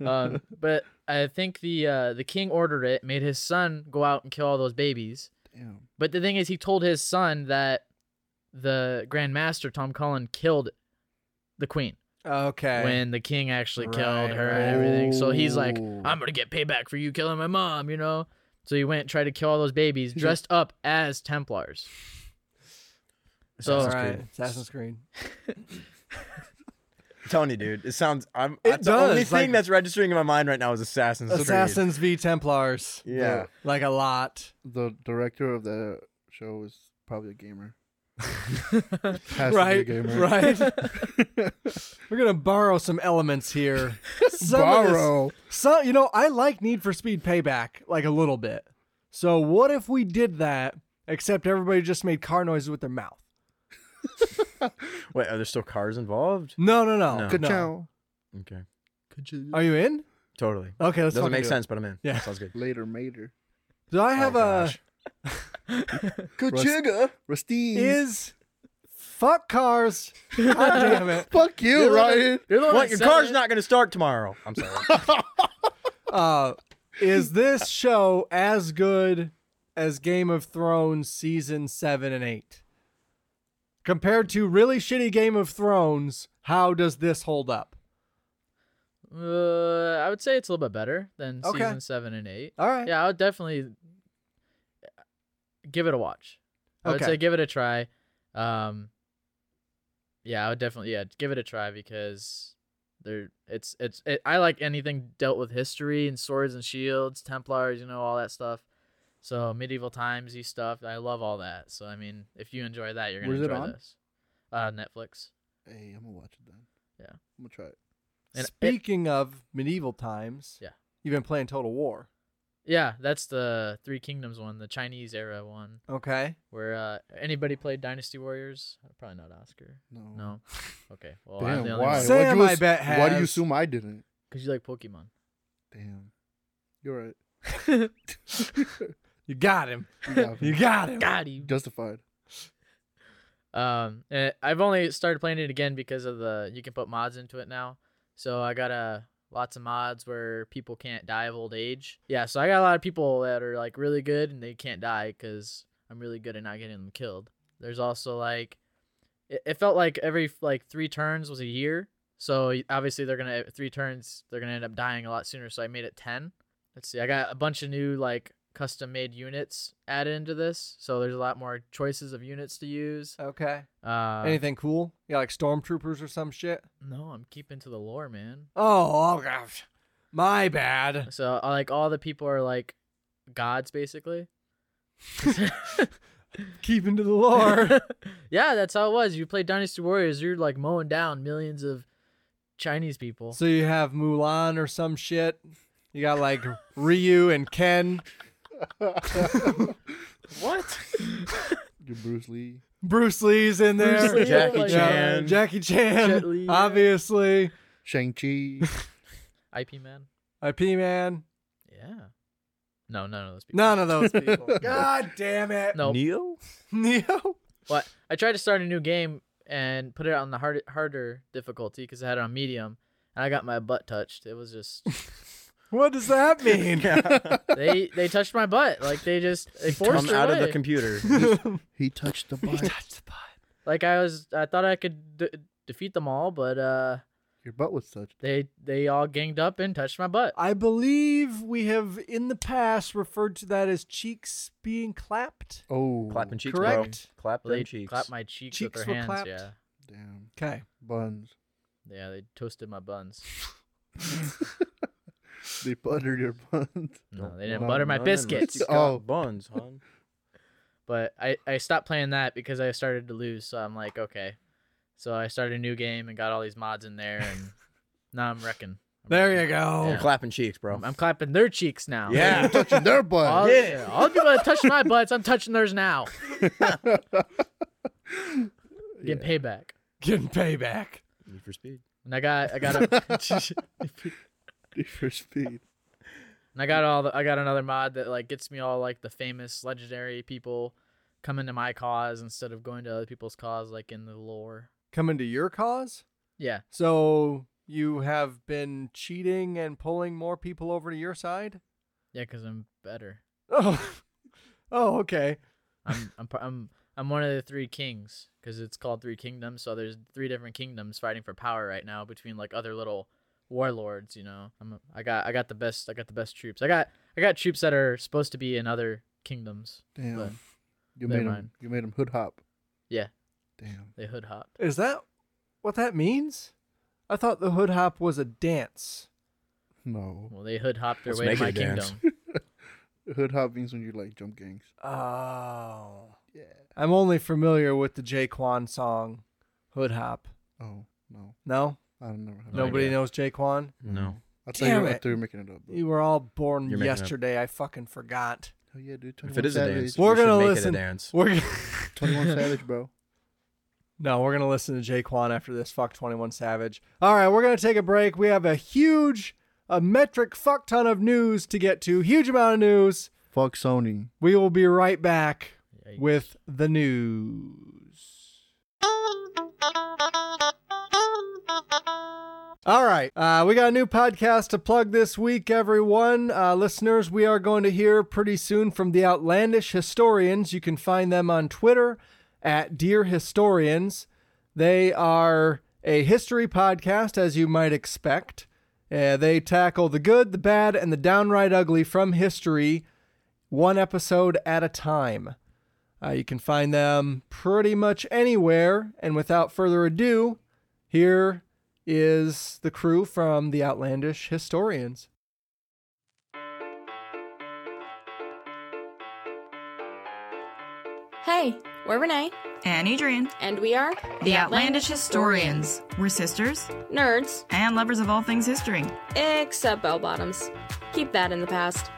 Um, but I think the uh, the king ordered it, made his son go out and kill all those babies.
Damn.
But the thing is, he told his son that the Grand Master Tom Cullen killed the queen
Okay.
when the king actually
Right,
killed her and everything. So he's like,
Oh.
I'm gonna get payback for you killing my mom, you know. So he went and tried to kill all those babies dressed up as Templars. So
All
Assassin's
right,
Creed.
Assassin's Creed.
I'm telling you, dude. It sounds. I'm.
It
that's The only
does,
thing
like-
that's registering in my mind right now is Assassin's Creed.
Assassins v Templars,
Yeah.
like a lot.
The director of the show is probably a gamer. Has
right,
To be a gamer.
right. We're gonna borrow some elements here. Some of this-
Borrow.
so you know, I like Need for Speed Payback like a little bit. So what if we did that, except everybody just made car noises with their mouth?
Wait, are there still cars involved?
No, no, no. no.
No.
Ka-chow.
Okay.
Are you in?
Totally.
Okay, let's
Doesn't
fucking
make
do it.
sense, Oh, but I'm in.
Yeah.
Sounds good.
Later, mater.
Do I have a
Kachiga. Rusty.
is fuck cars? God damn it.
Fuck you, Ryan.
You're the one
What?
that
Your
said
car's
it.
not going to start tomorrow. I'm sorry.
uh, is this show as good as Game of Thrones season 7 and 8. Compared to really shitty Game of Thrones, how does this hold up?
Uh, I would say it's a little bit better than
Okay.
season seven and eight.
All right.
Yeah, I would definitely give it a watch. I would
Okay.
say give it a try. Um, yeah, I would definitely yeah give it a try because there it's it's it, I like anything dealt with history and swords and shields, Templars, you know all that stuff. So medieval timesy stuff, I love all that. So I mean, if you enjoy that, you're gonna
Where's it
enjoy
on?
this. Uh, Netflix.
Hey, I'm gonna watch it then.
Yeah.
I'm gonna try it.
And it-
Speaking of medieval times,
Yeah.
you've been playing Total War.
Yeah, that's the Three Kingdoms one, the Chinese era one.
Okay.
Where uh, anybody played Dynasty Warriors? Probably not Oscar.
No.
No. Okay. Well, I'm
Damn.
the only
why?
one.
Sam,
Why'd you
I bet,
Why do you
has-
assume I didn't?
Cause you like Pokemon.
Damn. You're right.
You got him.
You got
You
me.
got him.
God, you.
Justified.
Um, and I've only started playing it again because of the you can put mods into it now. So I got uh, lots of mods where people can't die of old age. Yeah. So I got a lot of people that are like really good and they can't die because I'm really good at not getting them killed. There's also like, it, it felt like every like three turns was a year. So y- obviously they're gonna three turns they're gonna end up dying a lot sooner. So I made it ten. Let's see, I got a bunch of new like custom made units added into this. So there's a lot more choices of units to use.
Okay.
Uh,
Anything cool? Yeah, like stormtroopers or some shit.
No, I'm keeping to the lore, man.
Oh, oh gosh. My bad.
So uh, like all the people are like gods basically.
Keeping to the lore.
yeah, that's how it was. You play Dynasty Warriors, you're like mowing down millions of Chinese people.
so you have Mulan or some shit. You got like Ryu and Ken,
what?
You're Bruce Lee.
Bruce Lee's in there.
Bruce Lee,
Jackie
like,
Yeah,
Chan.
Jackie Chan,
Jet Li, yeah.
obviously.
Shang-Chi.
IP man.
IP man.
Yeah. No, none of those people.
None of those people. God damn it.
No.
Neo?
Neo.
What? I tried to start a new game and put it on the hard, harder difficulty because I had it on medium, and I got my butt touched. It was just
What does that mean?
they they touched my butt like they just they forced
Come
her
out of
away.
the computer.
he touched the butt.
like I was I thought I could d- defeat them all, but uh
Your butt was touched.
they they all ganged up and touched my butt.
I believe we have in the past referred to that as cheeks being clapped.
Oh.
Clapping cheeks,
Correct.
bro. Clap them
They
cheeks.
clapped my cheeks,
Cheeks
with
were
their hands.
clapped.
Yeah,
Damn.
Okay.
Buns.
yeah, they toasted my buns.
They buttered your buns.
No, they didn't
no,
butter my
None of us
biscuits.
got
Oh.
buns, hon.
but I, I stopped playing that because I started to lose. So I'm like, okay. So I started a new game and got all these mods in there, and now I'm wrecking. I'm
There
wrecking.
you go.
Yeah.
Clapping cheeks, bro.
I'm, I'm clapping their cheeks now.
yeah.
touching their butt.
All,
Yeah.
yeah. all the people that touched my butts, I'm touching theirs now. Getting payback.
Getting payback.
Need for speed.
And I got I got a,
for speed.
and I got all the I got another mod that like gets me all like the famous legendary people coming to my cause instead of going to other people's cause like in the lore.
Coming to your cause?
Yeah.
So you have been cheating and pulling more people over to your side?
Yeah, cuz I'm better.
Oh. Oh, okay.
I'm I'm pro- I'm I'm one of the three kings cuz it's called three kingdoms, so there's three different kingdoms fighting for power right now between like other little warlords, you know. I'm a- I got I got the best I got the best troops. I got I got troops that are supposed to be in other kingdoms.
Damn.
But
you
never
made him.
mind.
You made him hood hop.
Yeah.
Damn.
They hood hopped.
Is that what that means? I thought the hood hop was a dance.
No.
Well, they hood hopped their
Let's
way
make
to
it
my
a dance.
kingdom.
Hood hop means when you like jump gangs.
Oh.
Yeah.
I'm only familiar with the Jaquan song, Hood Hop.
Oh no.
No?
I don't never. have
No
Nobody
idea.
knows Jaquan?
No.
I thought, you
Damn
were, I
it.
thought you were making it up. But.
You were all born
You're making up.
yesterday. I fucking forgot.
oh yeah, dude.
If
21
it is a
Savage.
dance,
We're
we should
gonna
make
listen-
it a dance.
We're g-
21 Savage, bro.
no, we're gonna listen to Jaquan after this. Fuck Twenty One Savage. All right, we're gonna take a break. We have a huge, a metric fuck ton of news to get to. Huge amount of news.
Fuck Sony.
We will be right back
Yikes.
with the news. All right. Uh, we got a new podcast to plug this week, everyone. Uh, listeners, we are going to hear pretty soon from the Outlandish Historians. You can find them on Twitter at Dear Historians. They are a history podcast, as you might expect. Uh, they tackle the good, the bad, and the downright ugly from history, one episode at a time. Uh, you can find them pretty much anywhere. And without further ado, here is the crew from the Outlandish Historians.
Hey, we're Renee,
and Adrian,
and we are
the Outlandish Historians. We're sisters
Nerds,
and lovers of all things history.
except bell bottoms. Keep that in the past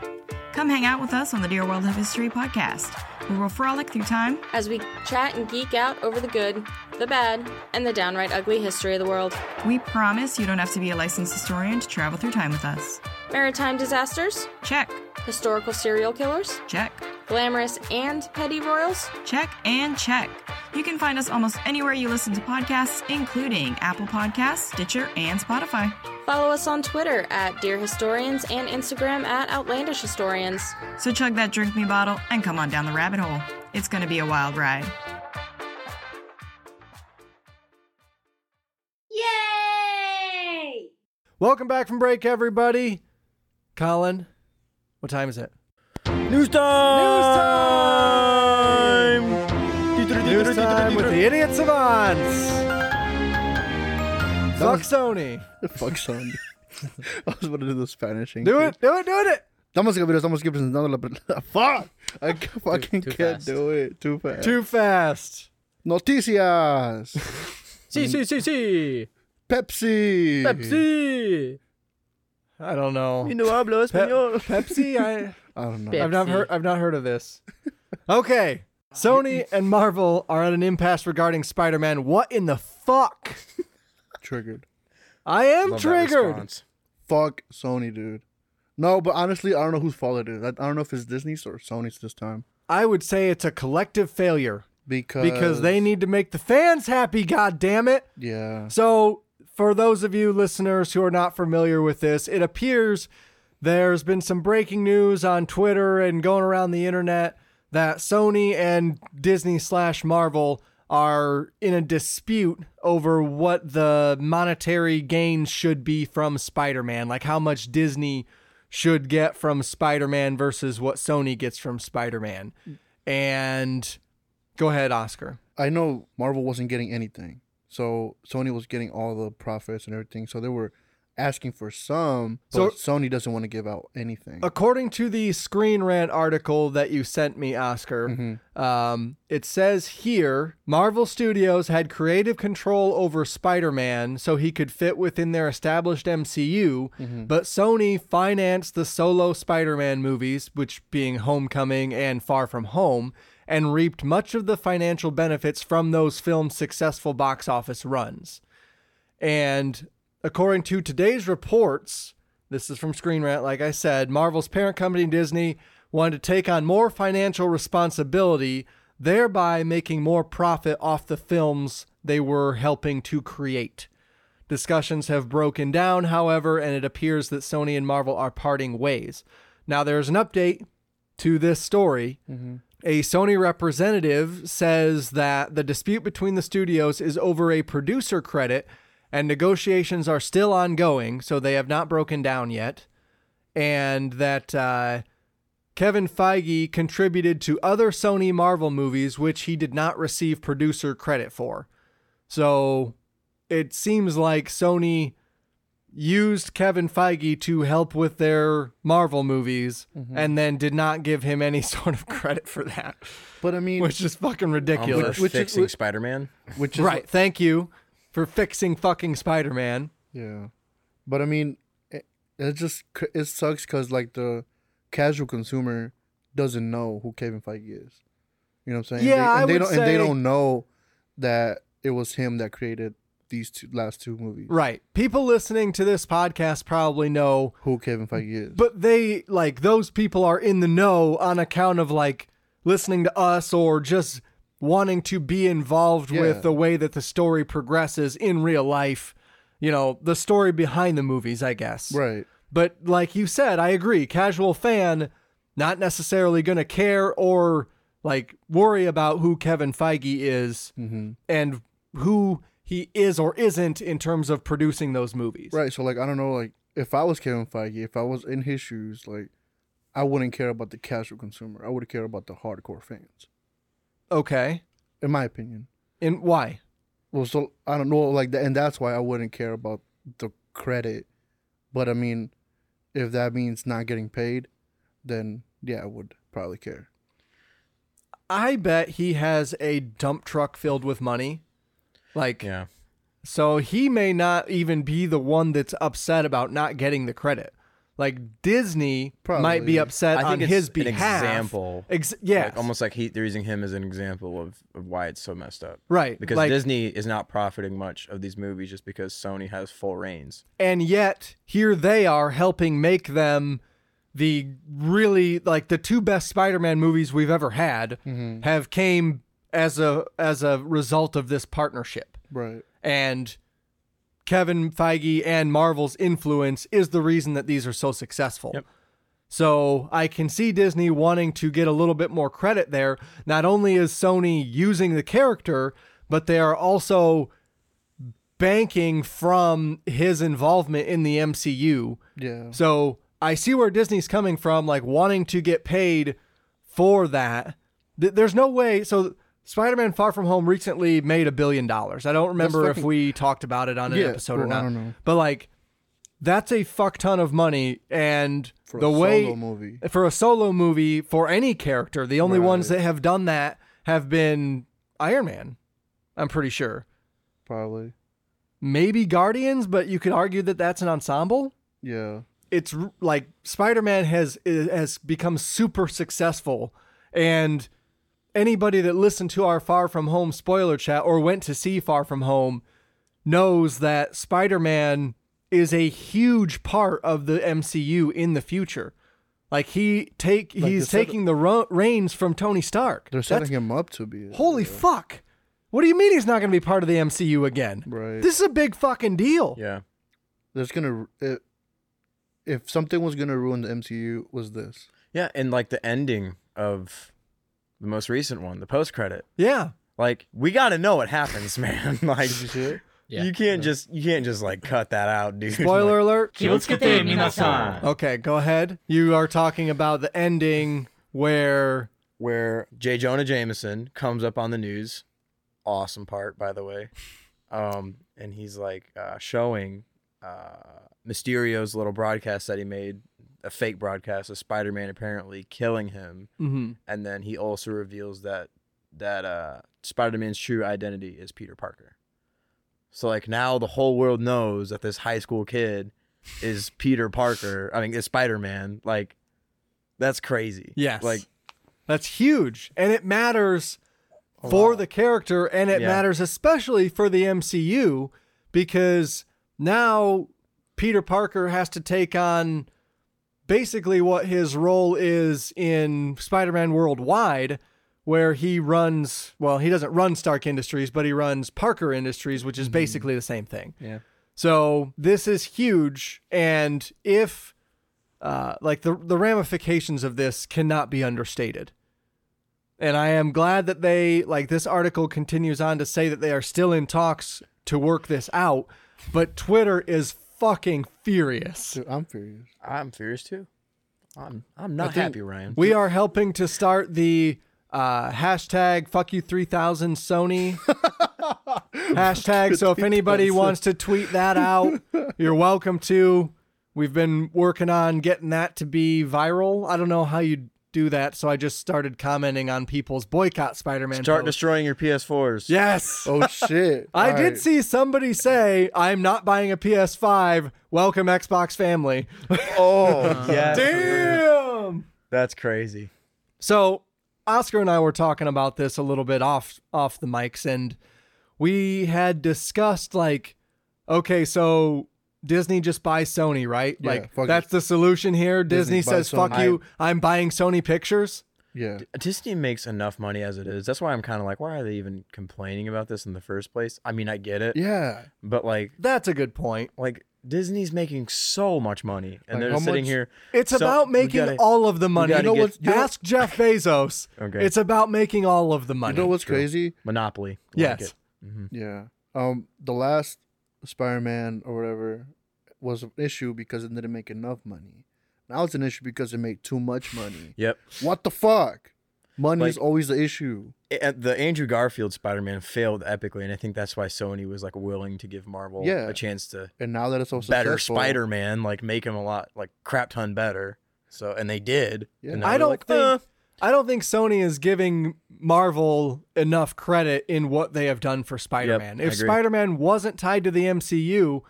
Come hang out with us on the Dear World of History podcast, where we'll frolic through time.
as we chat and geek out over the good, the bad, and the downright ugly history of the world.
We promise you don't have to be a licensed historian to travel through time with us.
Maritime disasters,
Check,
historical serial killers,
check,
glamorous and petty royals,
check, and check. You can find us almost anywhere you listen to podcasts, including Apple Podcasts, Stitcher, and Spotify.
Follow us on Twitter at Dear Historians and Instagram at Outlandish Historians.
So chug that drink me bottle and come on down the rabbit hole. It's going to be a wild ride.
Yay!
Welcome back from break, everybody. Colin, what time is it?
News time! News time!
News time with the Idiot Savants. Fuck Sony.
Fuck son. I was about to do the Spanish thing.
Do it, do it, do it.
Estamos que- estamos que presentando la- Fuck! I ca- fucking
too
can't
fast.
do it. Too fast.
Too fast.
Noticias.
See, see, see, see.
Pepsi.
Pepsi.
I don't know.
You know, hablo
Pe-
español.
Pepsi? I,
I don't know.
Pepsi.
I've not heard. I've not heard of this. Okay, Sony and Marvel are at an impasse regarding Spider-Man. What in the fuck?
Triggered.
I am
Love that
triggered.
response.
Fuck Sony, dude. No, but honestly, I don't know whose fault it is. I, I don't know if it's Disney's or Sony's this time.
I would say it's a collective failure
Because
because they need to make the fans happy. God damn it!
Yeah.
So, for those of you listeners who are not familiar with this, it appears there's been some breaking news on Twitter and going around the internet that Sony and Disney slash Marvel are in a dispute over what the monetary gain should be from Spider Man, like how much Disney should get from Spider Man versus what Sony gets from Spider Man. And go ahead, Oscar.
I know Marvel wasn't getting anything. So Sony was getting all the profits and everything. So they were asking for some, but Sony doesn't want to give out anything.
According to the Screen Rant article that you sent me, Oscar, um, it says here Marvel Studios had creative control over Spider Man so he could fit within their established MCU, but Sony financed the solo Spider Man movies, which being Homecoming and Far From Home, and reaped much of the financial benefits from those films' successful box office runs. And according to today's reports, this is from Screen Rant, like I said, Marvel's parent company Disney wanted to take on more financial responsibility, thereby making more profit off the films they were helping to create. Discussions have broken down, however, and it appears that Sony and Marvel are parting ways. Now, there's an update to this story. A Sony representative says that the dispute between the studios is over a producer credit, and negotiations are still ongoing, so they have not broken down yet. And that uh, Kevin Feige contributed to other Sony Marvel movies, which he did not receive producer credit for. So it seems like Sony used Kevin Feige to help with their Marvel movies
Mm-hmm.
and then did not give him any sort of credit for that,
but I mean,
which is fucking
I'm
ridiculous.
for
Which is-
fixing
which-
Spider-Man.
which is
Right. Thank you for fixing fucking Spider Man.
Yeah, but I mean, it, it just c- it sucks because like the casual consumer doesn't know who Kevin Feige is. You know what I'm saying?
Yeah,
they, and
I
they
would
don't, And they
say-
don't know that it was him that created these two last two movies.
Right. People listening to this podcast probably know,
Who Kevin Feige is?
but they, like, those people are in the know on account of, like, listening to us or just wanting to be involved
Yeah.
with the way that the story progresses in real life. you know, the story behind the movies, I guess.
Right.
But like you said, I agree. Casual fan, not necessarily going to care or like worry about who Kevin Feige is
Mm-hmm.
and who he is or isn't in terms of producing those movies.
Right. So like I don't know, like if I was Kevin Feige, if I was in his shoes, like I wouldn't care about the casual consumer. I would care about the hardcore fans,
Okay.
in my opinion.
And why?
Well, so I don't know, like, and that's why I wouldn't care about the credit. But I mean, if that means not getting paid, then yeah, I would probably care.
I bet he has a dump truck filled with money. Like,
Yeah.
so he may not even be the one that's upset about not getting the credit. Like Disney might
Probably.
be upset
I think
on
it's
his
an
behalf.
example.
Ex- yeah,
Like, almost like he, they're using him as an example of, of why it's so messed up.
right.
Because
like,
Disney is not profiting much of these movies just because Sony has full reigns.
and yet here they are helping make them the really like the two best Spider-Man movies we've ever had
Mm-hmm.
have came as a as a result of this partnership.
Right.
and Kevin Feige and Marvel's influence is the reason that these are so successful.
Yep.
So I can see Disney wanting to get a little bit more credit there. Not only is Sony using the character, but they are also banking from his involvement in the MCU.
Yeah.
So I see where Disney's coming from, like wanting to get paid for that. Th- There's no way. So Spider-Man: Far From Home recently made a billion dollars. I don't remember if
fucking-
we talked about it on an
Yeah,
episode or
well,
not.
I don't know.
But like, that's a fuck ton of money, and
For
the
a
way
solo movie.
for a solo movie for any character, the only ones
Right.
that have done that have been Iron Man. I'm pretty sure.
Probably.
Maybe Guardians, but you could argue that that's an ensemble
Yeah.
it's r- like Spider-Man has i- has become super successful and anybody that listened to our Far From Home spoiler chat or went to see Far From Home knows that Spider-Man is a huge part of the MCU in the future. Like he take
Like
he's
they said-
taking the ro- reins from Tony Stark.
They're setting
That's-
him up to be. it.
Holy
Yeah.
fuck. What do you mean he's not going to be part of the MCU again?
Right.
This is a big fucking deal.
Yeah.
There's gonna it, if something was gonna ruin the MCU was this.
Yeah. And like the ending of the most recent one, the post credit.
yeah.
Like, we got to know what happens, man. Like,
Did you see it?
Yeah.
you can't just, you can't just like cut that out, dude.
Spoiler alert.
気をつけて皆さん
Okay, go ahead. You are talking about the ending where
where J. Jonah Jameson comes up on the news. Awesome part, by the way. Um, and he's like uh, showing uh, Mysterio's little broadcast that he made, a fake broadcast of Spider Man apparently killing him.
mm-hmm,
And then he also reveals that that uh, Spider Man's true identity is Peter Parker. So like now the whole world knows that this high school kid is Peter Parker. I mean, is Spider Man. Like, that's crazy.
Yes.
Like,
that's huge and it matters for the character and it
Yeah.
matters especially for the MCU because now Peter Parker has to take on basically what his role is in Spider-Man Worldwide where he runs well he doesn't run Stark Industries but he runs Parker Industries which is basically the same thing.
Yeah.
So this is huge, and if uh, like the the ramifications of this cannot be understated. And I am glad that they like this article continues on to say that they are still in talks to work this out, but Twitter is fucking furious.
Dude, I'm furious.
I'm furious too. I'm I'm not
think-
happy, Ryan.
We are helping to start the uh, hashtag fuck you 3000 Sony hashtag. So if anybody wants to tweet that out, you're welcome to. We've been working on getting that to be viral. I don't know how you do that. So I just started commenting on people's boycott Spider Man.
Start destroying your PS4s.
Yes.
Oh shit!
I
All
did
right.
see somebody say, I'm not buying a PS5. Welcome, Xbox family.
Oh, yeah.
Damn.
That's crazy.
So Oscar and I were talking about this a little bit off off the mics, and we had discussed like, okay, so Disney just buys Sony, right?
Yeah,
like
fuck
that's the solution here. Disney,
Disney, buy
says, "Fuck
Sony."
you, I'm buying Sony Pictures."
Yeah.
Disney makes enough money as it is. That's why I'm kind of like, why are they even complaining about this in the first place? I mean, I get it,
Yeah.
but like,
That's a good point.
like Disney's making so much money, and
Like,
they're
how
sitting
much-
here.
It's
so
about
we
making
gotta-
all of the money.
gotta
You know
get-
what?
you know-
Ask Jeff Bezos.
Okay.
It's about making all of the money.
You know what's crazy?
Monopoly.
Yes.
hmm
Yeah. Um, the last Spider-Man or whatever was an issue because it didn't make enough money. Now it's an issue because it made too much money.
Yep.
What the fuck? Money is
Like-
always the issue.
A- the Andrew Garfield Spider-Man failed epically, and I think that's why Sony was like willing to give Marvel
Yeah.
a chance to
And now that it's so
better
successful,
Spider-Man, like make him a lot like crap ton better. So and they did.
Yeah.
And
I
they're
don't
like,
think
"Uh,
I don't think Sony is giving Marvel enough credit in what they have done for Spider-Man.
I
if
agree.
Spider-Man wasn't tied to the MCU,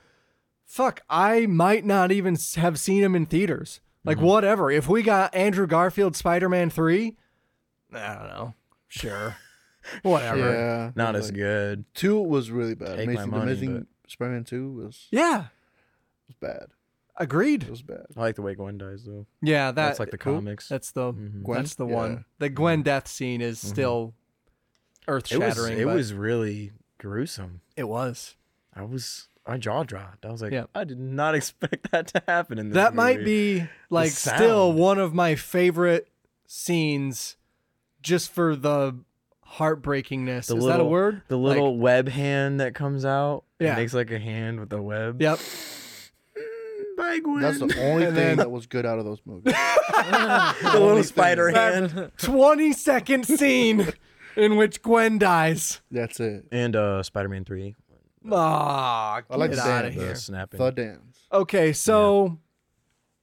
fuck, I might not even s- have seen him in theaters. Like
Mm-hmm.
whatever. If we got Andrew Garfield Spider-Man 3, I don't know. Sure. whatever. Yeah.
Yeah.
not as
like,
good.
Two was really bad.
Take my
Amazing,
money,
Amazing Spider-Man Two was, was bad. It
Agreed.
was bad.
I like the way Gwen dies though.
Yeah, that,
That's like the
who?
comics.
That's the
Mhm.
Gwen?
that's the
Yeah.
one. The Gwen death scene is still
It was
earth-shattering.
it
but
was really gruesome.
it was.
I was I jaw dropped. I was like,
Yeah.
I did not expect that to happen in this.
that might
movie.
be like still
sound.
one of my favorite scenes just for the heartbreakingness
The
is that a
little-
word
the
Like,
little web hand that comes out. It
Yeah.
makes like a hand with a web.
yep
Bye, Gwen.
That's the only thing that was good out of those movies.
the little spider hand.
20 second scene in which gwen dies
That's it.
And uh, Spider-Man Three.
ah
I like
get
the
out of
dance.
here
The snapping.
The dance.
okay so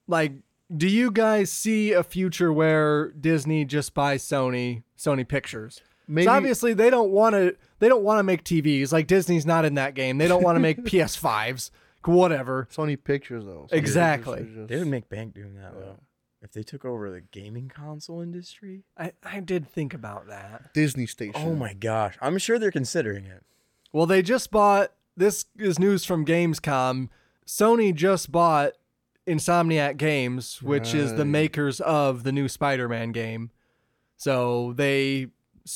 like do you guys see a future where disney just buys sony sony pictures
Maybe
So obviously they don't want to they don't want to make TVs. Like Disney's not in that game. They don't want to make PS5s. Whatever.
Sony Pictures though. Sony Pictures
Exactly.
was
They would
just-
make bank doing that though. If they took over the gaming console industry.
I, I did think about that.
Disney Station.
Oh my gosh. I'm sure they're considering it.
Well, they just bought this is news from Gamescom. Sony just bought Insomniac Games, which is the
Right.
makers of the new Spider-Man game. So they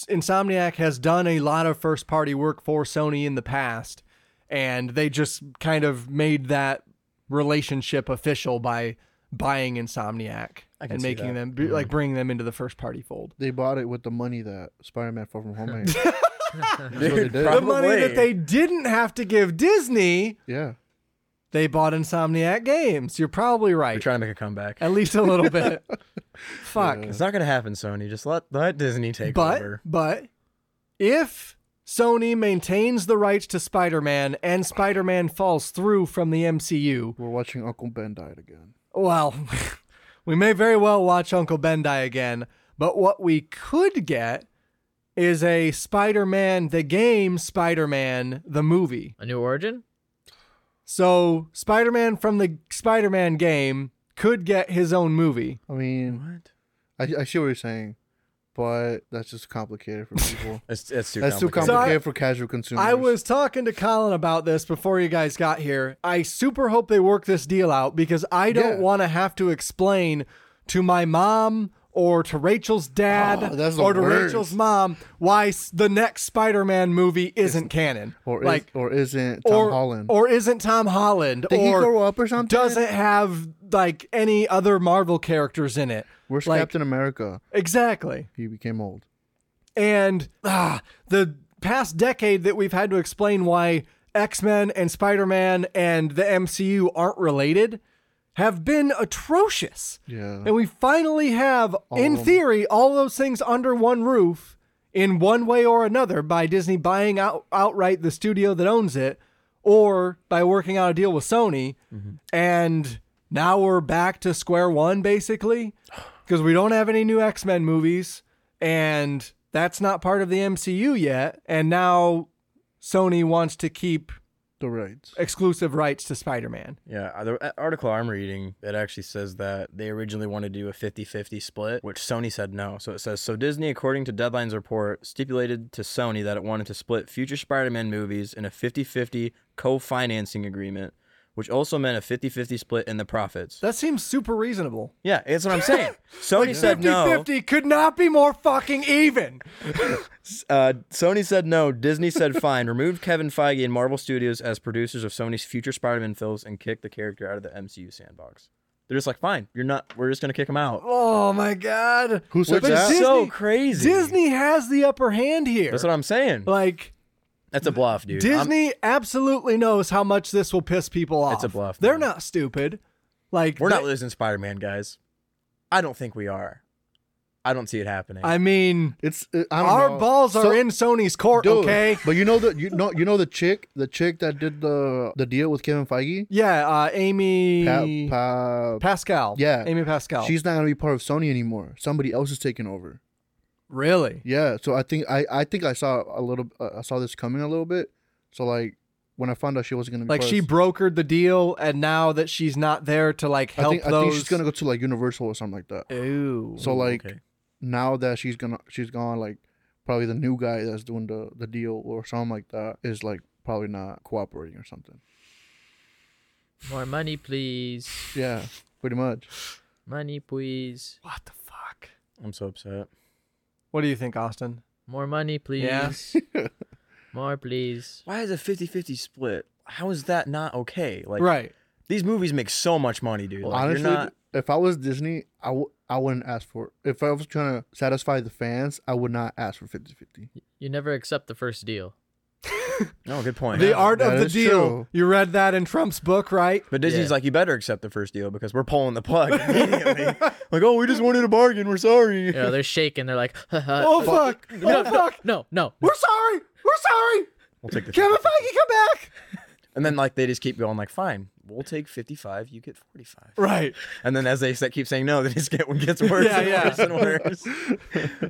Insomniac has done a lot of first-party work for Sony in the past, and they just kind of made that relationship official by buying Insomniac
I can
and
see
making
that. Mm.
them be, like bringing them into the first-party fold.
They bought it with the money that Spider-Man Far From Home made. That's what they
Dude,
did.
probably.
The money that they didn't have to give Disney
Yeah.
They bought Insomniac Games. You're probably
They're
right.
trying to make a comeback.
At least a little bit. Fuck.
It's not gonna happen, Sony. Just let let Disney take
But
over.
but if Sony maintains the rights to Spider-Man and Spider-Man falls through from the MCU,
We're watching Uncle Ben died again.
well, we may very well watch Uncle Ben die again. But what we could get is a Spider-Man the game Spider-Man the movie.
A new origin?
So Spider-Man from the Spider-Man game could get his own movie.
I mean,
What?
I, I see what you're saying, but that's just complicated for people.
It's, it's too
that's too
complicated.
So I-
complicated for casual consumers.
I was talking to Colin about this before you guys got here. I super hope they work this deal out because I don't
Yeah.
want to have to explain to my mom or to Rachel's dad
Oh, that's the
or to
worst.
Rachel's mom why s- the next Spider-Man movie isn't canon.
or is,
like
or isn't Tom
or,
Holland?
or isn't Tom Holland
Did he
or
grow up or something?
doesn't have like any other Marvel characters in it.
Where's
like-
Captain America?
Exactly.
He became old.
And ah, the past decade that we've had to explain why X Men and Spider Man and the MCU aren't related have been atrocious.
Yeah.
And we finally have, in
of 'em.
theory, all those things under one roof in one way or another by Disney buying out outright the studio that owns it or by working out a deal with Sony.
Mm-hmm.
And now we're back to square one basically because we don't have any new X-Men movies and that's not part of the MCU yet. And now Sony wants to keep
The rights.
exclusive rights to Spider-Man.
Yeah, uh, the a- article I'm reading it actually says that they originally wanted to do a 50-50 split, which Sony said no. So it says so Disney, according to Deadline's report, stipulated to Sony that it wanted to split future Spider-Man movies in a 50-50 co-financing agreement which also meant a 50 50 split in the profits.
That seems super reasonable.
Yeah, that's what I'm saying. Sony said
50
no.
50 could not be more fucking even.
Uh, Sony said no. Disney said fine. Removed Kevin Feige and Marvel Studios as producers of Sony's future Spider-Man films and kicked the character out of the MCU sandbox. They're just like, fine, you're not. We're just gonna kick him out.
Oh my god.
Who said
But
that?
Disney-
so crazy.
Disney has the upper hand here.
That's what I'm saying.
like
That's a bluff, dude. I'm-
Disney absolutely knows how much this will piss people off.
It's a bluff,
They're
man.
not stupid. Like
we're not
they-
losing Spider-Man, guys. I don't think we are. I don't see it happening.
I mean,
It's uh, I don't
our
know.
balls are
So-
in Sony's court.
Dude,
okay.
But you know the you know you know the chick the chick that did the the deal with Kevin Feige.
Yeah, uh, Amy
Pa- pa-
Pascal.
Yeah.
Amy Pascal.
she's not gonna be part of Sony anymore. Somebody else is taking over.
really.
Yeah, so I think I I think I saw a little uh, I saw this coming a little bit. So like when I found out she wasn't gonna be
Like
part
she
of,
brokered the deal, and now that she's not there to like
I
help
think
those.
I think she's gonna go to like Universal or something like that.
Ooh.
So
Ooh,
like
okay.
now that she's gonna she's gone like probably the new guy that's doing the the deal or something like that is like probably not cooperating or something.
More money, please.
Yeah, pretty much.
Money, please.
what the fuck?
I'm so upset.
What do you think, Austin?
More money, please.
Yeah.
More, please.
Why is a 50-50 split? How is that not okay? Like,
right.
These movies make so much money, dude. Like,
Honestly,
you're not.
if I was Disney, I w- I wouldn't ask for it. If I was trying to satisfy the fans, I would not ask for 50 50.
You never accept the first deal.
No, Oh, good point.
The art
that
of the
is
deal.
true.
You read that in Trump's book, right?
But Disney's
Yeah.
like, you better accept the first deal because we're pulling the plug immediately. like, oh, we just wanted a bargain. We're sorry.
You know, they're shaking. They're like,
Uh,
Oh fuck!
no,
Oh fuck!
no, no, no.
We're sorry. We're sorry.
We'll take the
Kevin
50.
Feige, come back.
And then like they just keep going like, fine, we'll take 55, you get 45.
Right.
And then as they sa- keep saying no, they just get one gets worse
Yeah,
and
yeah.
worse and worse.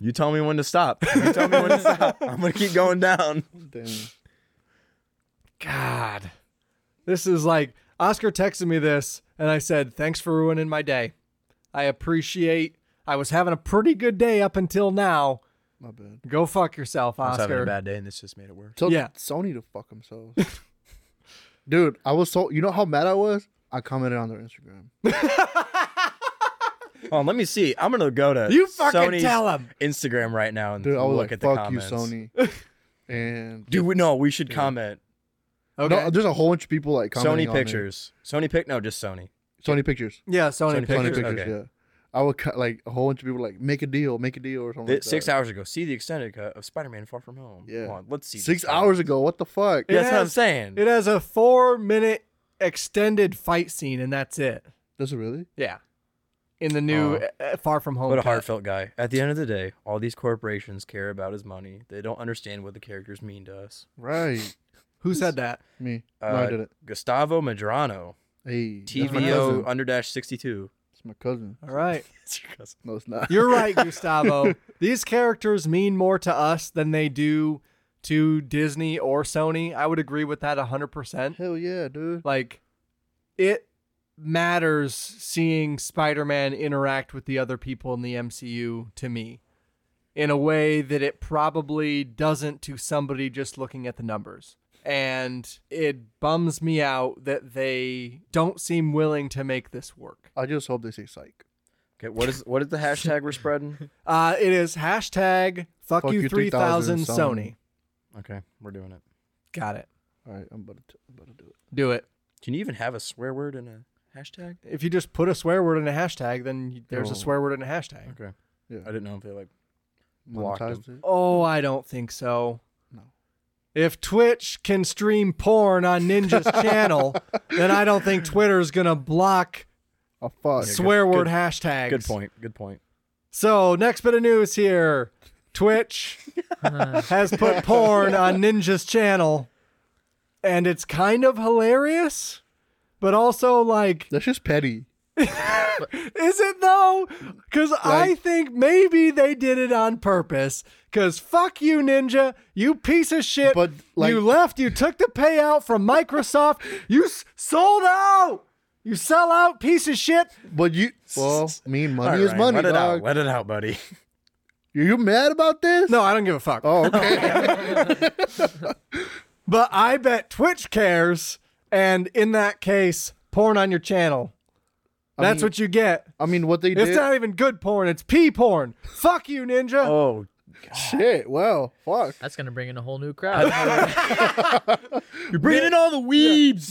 you tell me when to stop. You tell me when to stop. I'm gonna keep going down.
Then
God, this is like Oscar texted me this, and I said, "Thanks for ruining my day. I appreciate. I was having a pretty good day up until now.
my bad.
Go fuck yourself,
I was having a
Oscar.
bad day and this just made it worse.
Tell
Yeah.
Sony to fuck themselves. Dude, I was so you know how mad I was? I commented on their Instagram.
Oh, let me see. I'm gonna go to
You fucking
Sony's
tell 'em.
Instagram right now and
Dude, I was
look
like,
at the
fuck you,
comments.
Sony. And
Dude, we- no, we should comment.
Okay.
no, there's a whole bunch of people like commenting
Sony
on it.
pictures. Sony pic no, just Sony.
Sony pictures.
yeah, Sony,
Sony
pictures.
Sony pictures,
Okay.
yeah. I would cut like a whole bunch of people like make a deal, make a deal or something.
Th-
like
six
that.
hours ago, see the extended cut of Spider-Man: Far From Home.
Yeah.
Come on, let's see.
Six
this.
hours ago. What the fuck?
Yeah.
That's what I'm
has-
saying.
It has a four-minute extended fight scene, and that's it.
Does it really?
Yeah. In the new
Oh.
uh, Far From Home.
What a
cut.
heartfelt guy. At the end of the day, all these corporations care about is money. They don't understand what the characters mean to us.
Right.
Who said that?
Me. no,
Uh,
I didn't.
Gustavo Medrano,
Hey, that's my
TVO
cousin.
under dash 62.
It's my cousin.
All right.
No, it's not.
You're right, Gustavo. These characters mean more to us than they do to Disney or Sony. I would agree with that 100%.
Hell yeah, dude.
Like, it matters seeing Spider Man interact with the other people in the MCU to me in a way that it probably doesn't to somebody just looking at the numbers. And it bums me out that they don't seem willing to make this work.
I just hope they say psych.
Okay, what is what is the hashtag we're spreading?
Uh, it is hashtag fuck,
Fuck
you
you
3000
3000 Sony.
Sony.
Okay, we're doing it.
Got it.
All right, I'm about to, I'm about to do it.
Do it.
Can you even have a swear word in a hashtag?
If you just put a swear word in a hashtag, then you- there's
Oh.
a swear word in a hashtag.
Okay.
Yeah.
I didn't know if they like. Blocked
Monetized it.
Oh, I don't think so.
No.
If Twitch can stream porn on Ninja's channel, then I don't think Twitter's going to block
Oh fuck.
good-
swear word
good-
hashtags.
Good point. Good point.
So, next bit of news here Twitch has put porn on Ninja's channel, and it's kind of hilarious, but also like.
That's just petty.
Is it though? Because I think maybe they did it on purpose. Because fuck you, Ninja. You piece of shit.
But, like-
you left. You took the payout from Microsoft. you s- sold out. You sell out, piece of shit.
But you, well, mean money
All
is
right,
money,
Let it
dog.
out. Let it out, buddy.
You, you mad about this?
No, I don't give a fuck.
Oh, okay.
But I bet Twitch cares. And in that case, porn on your channel.
I
That's
mean-
what you get.
I mean, what they
It's
did.
not even good porn. It's pee porn. Fuck you, Ninja.
Oh,
Shit. Wow. Fuck.
That's gonna bring in a whole new crowd.
you're bringing in all the weebs.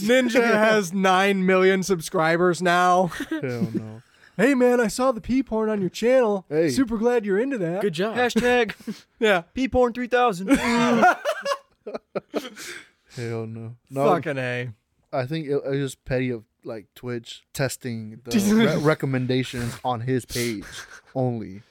Ninja has 9 million subscribers now.
Hell no.
Hey, man, I saw the pee porn on your channel.
Hey.
Super glad you're into that.
Good job.
Hashtag
Yeah.
P porn three thousand.
Hell no. No.
Fucking A.
I think it, it was petty of like Twitch testing the re- recommendations on his page only.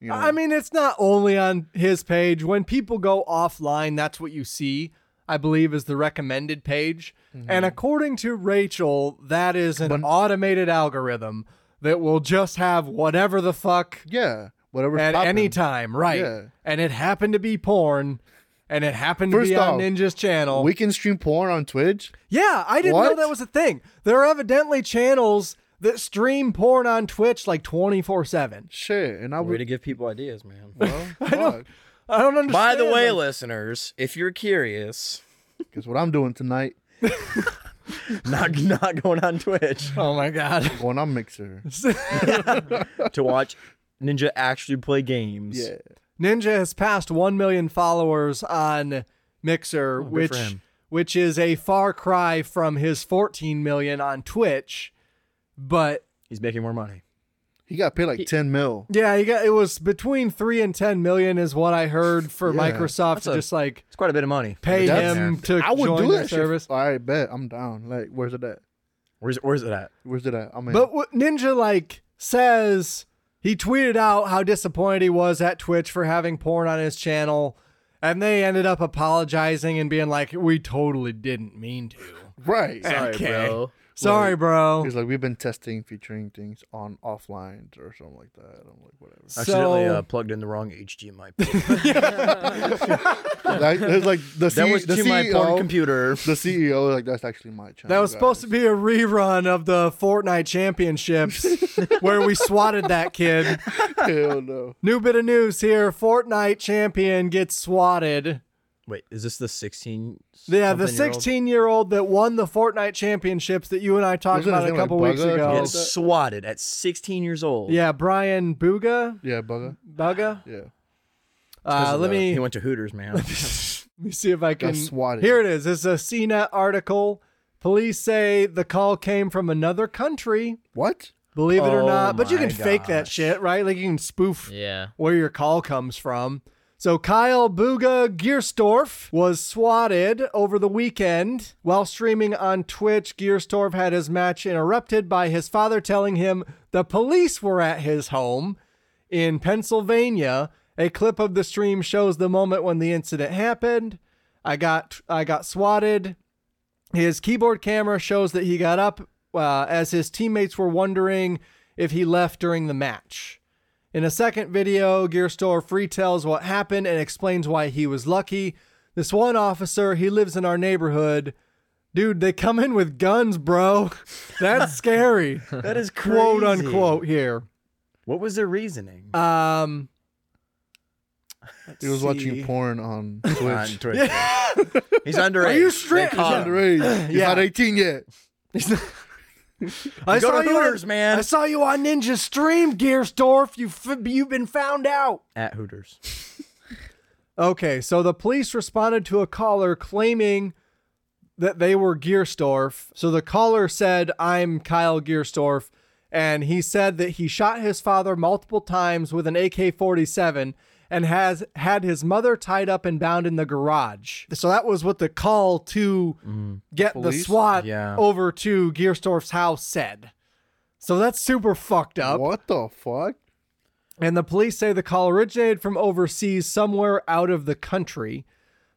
You know?
I mean, it's not only on his page. When people go offline, that's what you see, I believe, is the recommended page. And according to Rachel, that is an
Mm-hmm. But-
automated algorithm that will just have whatever the fuck
yeah, whatever.
at any time, right?
Yeah.
And it happened to be porn, and it happened to
First
be on
off,
Ninja's channel.
we can stream porn on Twitch.
yeah, I didn't know
What?
that was a thing. There are evidently channels that stream porn on Twitch like twenty four seven.
Shit, and I
Way to
would.
give people ideas, man.
Well, fuck.
I don't understand.
By the way,
that.
listeners, if you're curious,
Guess what I'm doing tonight?
not not going on Twitch
oh my god.
Going on Mixer.
to watch Ninja actually play games.
Yeah.
Ninja has passed 1 million followers on Mixer,
Oh, good for
which
him.
which is a far cry from his 14 million on Twitch. But
He's making more money.
He got paid like ten mil.
yeah, you got it was between 3 and 10 million is what I heard for
Yeah.
Microsoft
That's
to
a-
just like
It's quite a bit of money.
pay
That's-
him to
I would
join
do
their
that
service.
Shit. All right, bet I'm down. Like, where's it at?
Where's where's it at?
Where's it at? I'm in.
But what Ninja like says he tweeted out how disappointed he was at Twitch for having porn on his channel, and they ended up apologizing and being like, "We totally didn't mean to.
right.
Sorry,
Okay.
bro.
Sorry,
Right.
bro."
He's like, we've been testing featuring things on offline or something like that. I'm like, whatever.
Accidentally
So-
uh, plugged in the wrong HDMI.
like, it's like the,
that
C- E
was
the
to
CEO,
my
E
porn computer.
the CEO, like that's actually my channel.
That was supposed to be a rerun of the Fortnite Championships where we swatted that kid.
be. Hell no.
New bit of news here Fortnite champion gets swatted.
Wait, is this the 16?
Yeah, the
something-year-old?
16 year old that won the Fortnite Championships that you and I talked
Wasn't
about
his
a
name, like,
couple weeks
Bugger or
ago.
something
Gets swatted at 16 years old.
Oh, Yeah, Brian Buga.
Yeah, bugger.
Buga.
Yeah.
Uh, let me
He
let
went to Hooters, man.
me see if I can.
swatted.
Here it is. It's a CNET article. Police say the call came from another country.
What?
Believe it or
Oh
not, but you
my
can fake that
gosh.
shit, right? Like you can spoof
Yeah.
where your call comes from. So Kyle Buga Gierstorf was swatted over the weekend while streaming on Twitch. Gierstorf had his match interrupted by his father telling him the police were at his home in Pennsylvania. A clip of the stream shows the moment when the incident happened. I got I got swatted. His keyboard camera shows that he got up uh, as his teammates were wondering if he left during the match. In a second video, Gearstorf retells what happened and explains why he was lucky. This one officer, he lives in our neighborhood. Dude, they come in with guns, bro. That's scary.
that is crazy.
Quote unquote here.
What was their reasoning?
Um,
He was
see.
watching porn on
On
Twitch.
Twitch. He's underage.
Are you
They
straight?
caught him.
Underage. He's
Yeah.
not 18 yet.
I
Go
saw
to
you
Hooters,
on,
man.
I saw you on Ninja Stream, Gearstorf. You f- you've been found out.
At Hooters.
Okay, so the police responded to a caller claiming that they were Gearstorf. So the caller said, I'm Kyle Gearstorf. And he said that he shot his father multiple times with an AK 47 and has had his mother tied up and bound in the garage. So that was what the call to get the
Police?
SWAT
Yeah.
over to Gearstorf's house said. So that's super fucked up.
What the fuck?
And the police say the call originated from overseas, somewhere out of the country.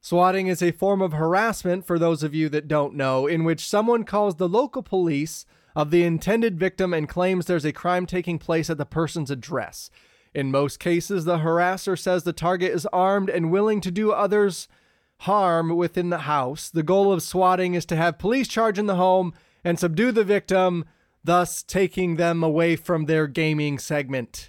Swatting is a form of harassment, for those of you that don't know, in which someone calls the local police of the intended victim and claims there's a crime taking place at the person's address. In most cases, the harasser says the target is armed and willing to do others harm within the house. The goal of swatting is to have police charge in the home and subdue the victim, thus taking them away from their gaming segment.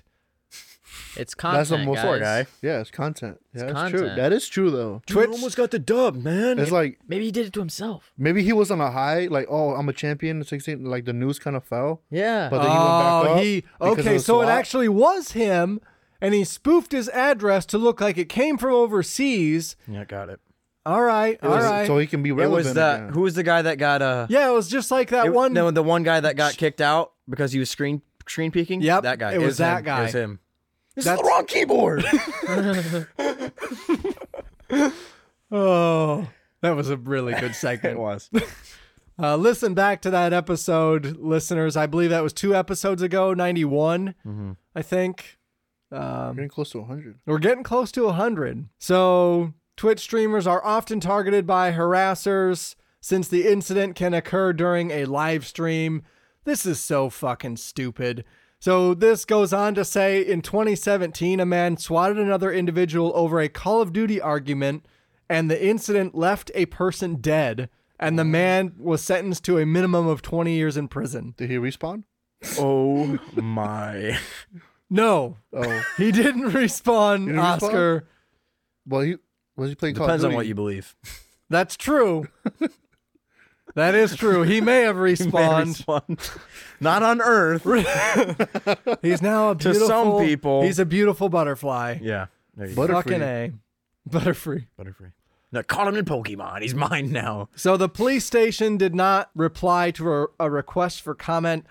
It's content,
the most
guys.
Yeah, it's content. Yeah,
It's
that's true.
content.
That is true though.
Twitch almost got the dub, man.
It's like
Maybe he did it to himself.
maybe he was on a high, like oh I'm a champion in 16. Like the news kind of fell,
Yeah.
but then he went back
oh,
up.
he
because of
okay.
the
So it
swap.
actually was him, and he spoofed his address to look like it came from overseas.
yeah, got it.
All right, all
It was-
right.
so he can be
It
relevant.
was that.
again.
Who was the guy that got uh?
yeah, it was just like that
it-
one.
No, the one guy that got kicked out because he was screen screen peeking.
Yep,
that guy.
it was
him.
that guy.
It was him.
this is the wrong keyboard. oh, that was a really good segment.
was.
Uh, listen back to that episode, listeners. I believe that was two episodes ago, 91,
Mm-hmm.
I think.
We're getting close to 100.
We're getting close to 100. So, Twitch streamers are often targeted by harassers since the incident can occur during a live stream. This is so fucking stupid. So, this goes on to say in 2017, a man swatted another individual over a Call of Duty argument, and the incident left a person dead, and the man was sentenced to a minimum of 20 years in prison.
Did he respawn?
oh my.
No,
Oh,
he didn't
He
respond,
didn't respond?
Oscar.
well he was he playing Call of
Depends on
Duty?
what you believe.
That's true. that is true. He may have respawned.
Respawn. Not on Earth.
He's now a
To
beautiful.
some people.
he's a beautiful butterfly.
yeah. There you go.
Butterfree.
Fucking a, butterfree.
Butterfree. No, caught him in Pokemon. He's mine now.
So the police station did not reply to a, a request for comment.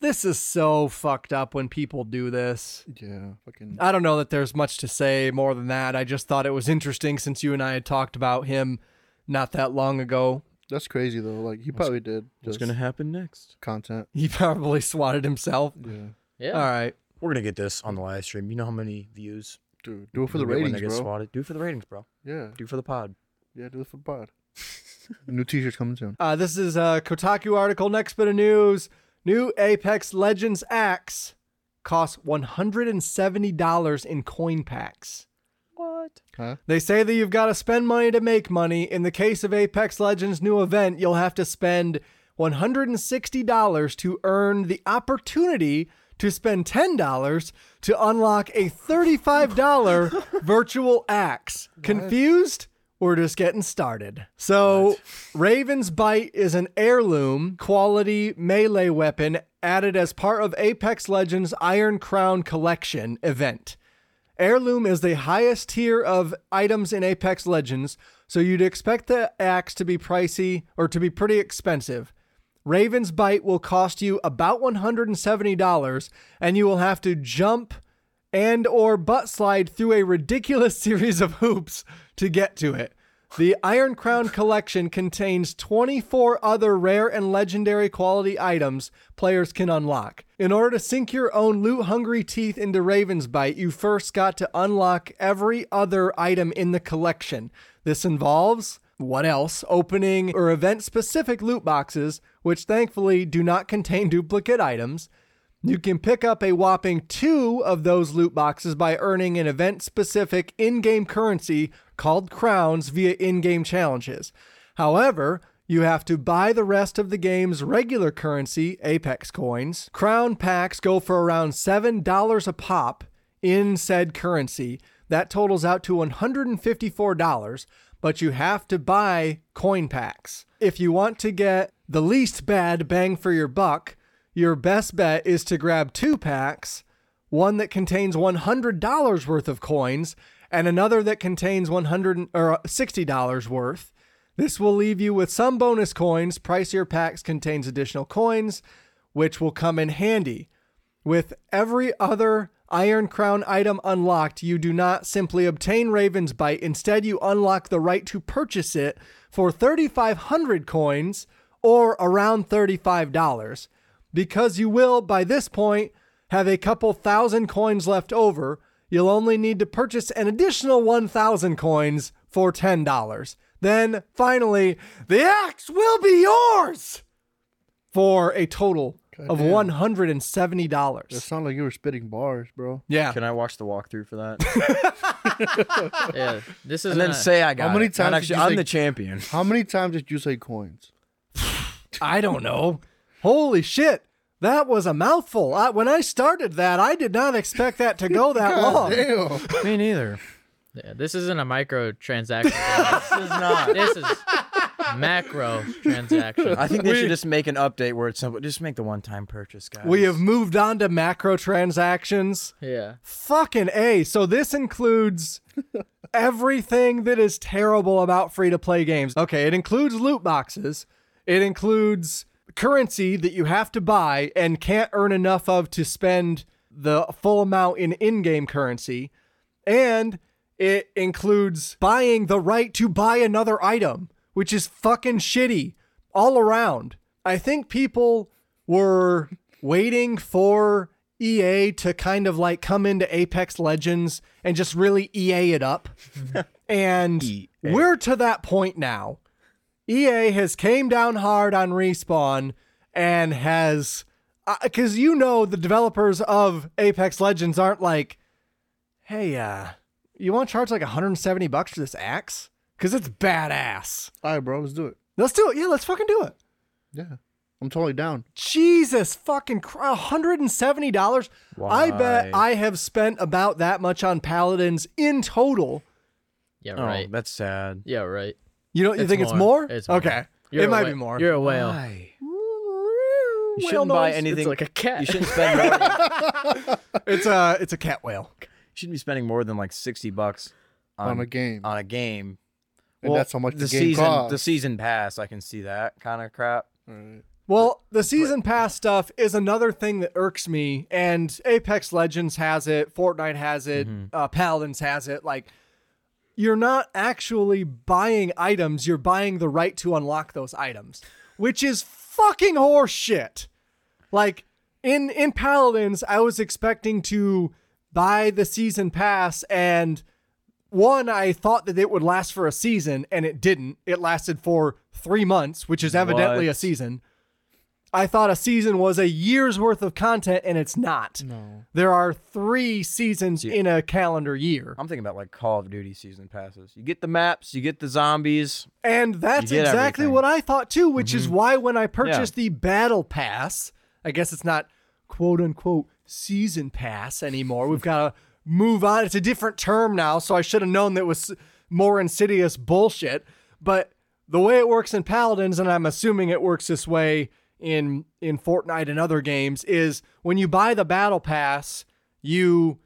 This is so fucked up when people do this.
Yeah, fucking.
I don't know that there's much to say more than that. I just thought it was interesting since you and I had talked about him not that long ago.
That's crazy though. Like he probably did.
What's
Just
gonna happen next?
content.
He probably swatted himself.
Yeah,
yeah.
uh,
All right.
We're gonna get this on the live stream. You know how many views
dude, do it for the
people get when
ratings,
they get
bro.
swatted? Do it for the ratings, bro.
Yeah,
Do it for the pod.
yeah, do it for the pod. New T-shirts coming soon.
Uh, this is a Kotaku article. Next bit of news: New Apex Legends axe costs one hundred and seventy dollars in coin packs.
Huh?
They say that you've got to spend money to make money. In the case of Apex Legends' new event, you'll have to spend one hundred and sixty dollars to earn the opportunity to spend ten dollars to unlock a thirty-five dollar virtual axe. Confused? We're just getting started. So, Raven's Bite is an heirloom quality melee weapon added as part of Apex Legends Iron Crown Collection event. Heirloom is the highest tier of items in Apex Legends, so you'd expect the axe to be pricey or to be pretty expensive. Raven's Bite will cost you about $170 and you will have to jump and or butt slide through a ridiculous series of hoops to get to it. The Iron Crown collection contains 24 other rare and legendary quality items players can unlock. In order to sink your own loot hungry teeth into Raven's Bite, you first got to unlock every other item in the collection. This involves what else? Opening or event specific loot boxes, which thankfully do not contain duplicate items. You can pick up a whopping two of those loot boxes by earning an event specific in game currency called crowns via in game challenges. However, you have to buy the rest of the game's regular currency, Apex coins. Crown packs go for around $7 a pop in said currency. That totals out to $154, but you have to buy coin packs. If you want to get the least bad bang for your buck, your best bet is to grab two packs one that contains $100 worth of coins and another that contains 100 or $60 worth. This will leave you with some bonus coins. Pricier packs contains additional coins which will come in handy. With every other Iron Crown item unlocked, you do not simply obtain Raven's Bite. Instead, you unlock the right to purchase it for 3,500 coins or around $35. Because you will, by this point, have a couple thousand coins left over, you'll only need to purchase an additional 1,000 coins for $10. Then, finally, the axe will be yours! for a total of
Goddamn.
one hundred and seventy
It
dollars.
sounded like you were spitting bars, bro.
Yeah,
Can I watch the walkthrough for that?
yeah. This is
and then say I got.
How many
it. Not
times did
Actually,
you
I'm
say-
the champion.
How many times did you say coins?
I don't know. Holy shit! That was a mouthful. I, when I started that, I did not expect that to go that long.
Damn.
Me neither.
Yeah, this isn't a micro transaction. guys.
This is not.
this is macro transaction.
I think they should just make an update where it's simple. Just make the one-time purchase, guys.
We have moved on to macro transactions.
yeah.
Fucking A. So this includes everything that is terrible about free to play games. Okay, it includes loot boxes, it includes currency that you have to buy and can't earn enough of to spend the full amount in in game currency, and it includes buying the right to buy another item, which is fucking shitty all around. I think people were waiting for EA to kind of like come into Apex Legends and just really EA it up. and we're to that point now. EA has came down hard on Respawn and has cuz you know the developers of Apex Legends aren't like hey uh you want to charge like 170 bucks for this axe? Cuz it's badass.
All right, bro, let's do it.
Let's do it. Yeah, let's fucking do it.
Yeah, I'm totally down.
Jesus fucking Christ, $170. I
Why?
bet I have spent about that much on paladins in total.
Yeah.
Oh,
Right.
that's sad.
yeah. Right.
You don't you think it's more?
It's
Okay.
You're
it
a
might
wha-
be more.
You're a whale.
You shouldn't buy
noise.
anything.
It's like a cat.
You shouldn't spend. More than, you
It's a it's a cat whale.
shouldn't be spending more than like sixty bucks on,
On a game.
On a game.
And that's how much the game
season, The
costs.
season pass, I can see that kind of crap.
Well, the season pass stuff is another thing that irks me, and Apex Legends has it, Fortnite has it, uh, Paladins has it. Like, you're not actually buying items, you're buying the right to unlock those items, which is fucking horseshit. Like, in, in Paladins, I was expecting to buy the season pass, and one, I thought that it would last for a season, and it didn't. It lasted for three months, which is evidently a
What?
season. I thought a season was a year's worth of content, and it's not. No. There are three seasons in a calendar year.
I'm thinking about like Call of Duty season passes. You get the maps, you get the zombies.
And that's
You get
exactly
everything. Mm-hmm.
what I thought too, which is why when I purchased the Battle Pass, I guess it's not quote unquote season pass anymore. We've got to move on. It's a different term now, so I should have known that was more insidious bullshit. But the way it works in Paladins, and I'm assuming it works this way in in Fortnite and other games, is when you buy the Battle Pass, you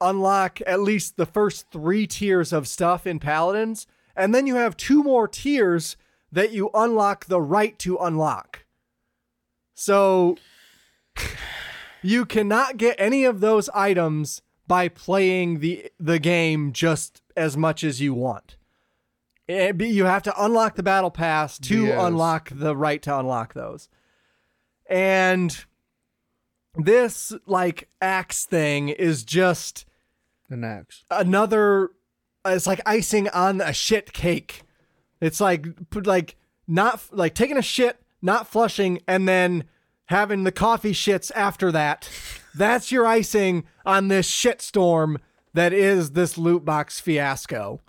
unlock at least the first three tiers of stuff in Paladins, and then you have two more tiers that you unlock the right to unlock. So you cannot get any of those items by playing the the game just as much as you want. It be- you have to unlock the battle pass to
Yes.
unlock the right to unlock those. And this like axe thing is just
An axe.
another it's like icing on a shit cake it's like put like not like taking a shit not flushing and then having the coffee shits after that that's your icing on this shit storm that is this loot box fiasco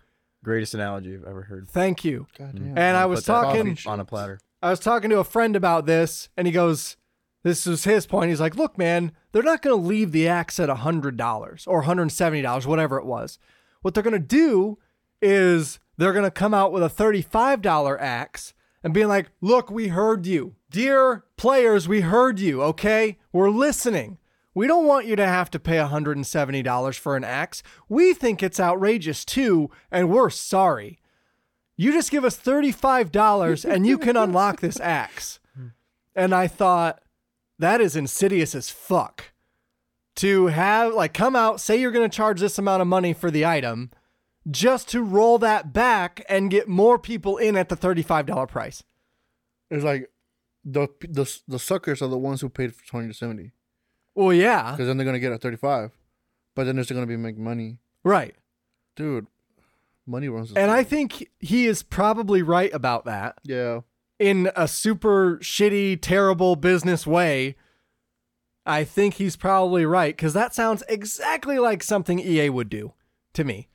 Greatest analogy I've ever heard.
thank you
God damn.
and i
Put
was
that on-
talking
on a platter.
I was talking to a friend about this, and he goes, "This was his point." He's like, "Look, man, they're not going to leave the axe at hundred dollars or hundred seventy dollars, whatever it was. What they're going to do is they're going to come out with a thirty-five dollar axe and being like, "Look, we heard you, dear players. We heard you. Okay, we're listening." We don't want you to have to pay $170 for an axe. We think it's outrageous too, and we're sorry. You just give us $35 and you can unlock this axe. And I thought, that is insidious as fuck. To have, like, come out, say you're going to charge this amount of money for the item, just to roll that back and get more people in at the $35 price.
It's like the the the suckers are the ones who paid for twenty to seventy
Well, yeah.
because then they're gonna get a thirty five, but then they're still gonna be making money,
Right.
dude. Money runs. this
And I
world.
think he is probably right about that.
yeah,
in a super shitty, terrible business way, I think he's probably right because that sounds exactly like something EA would do to me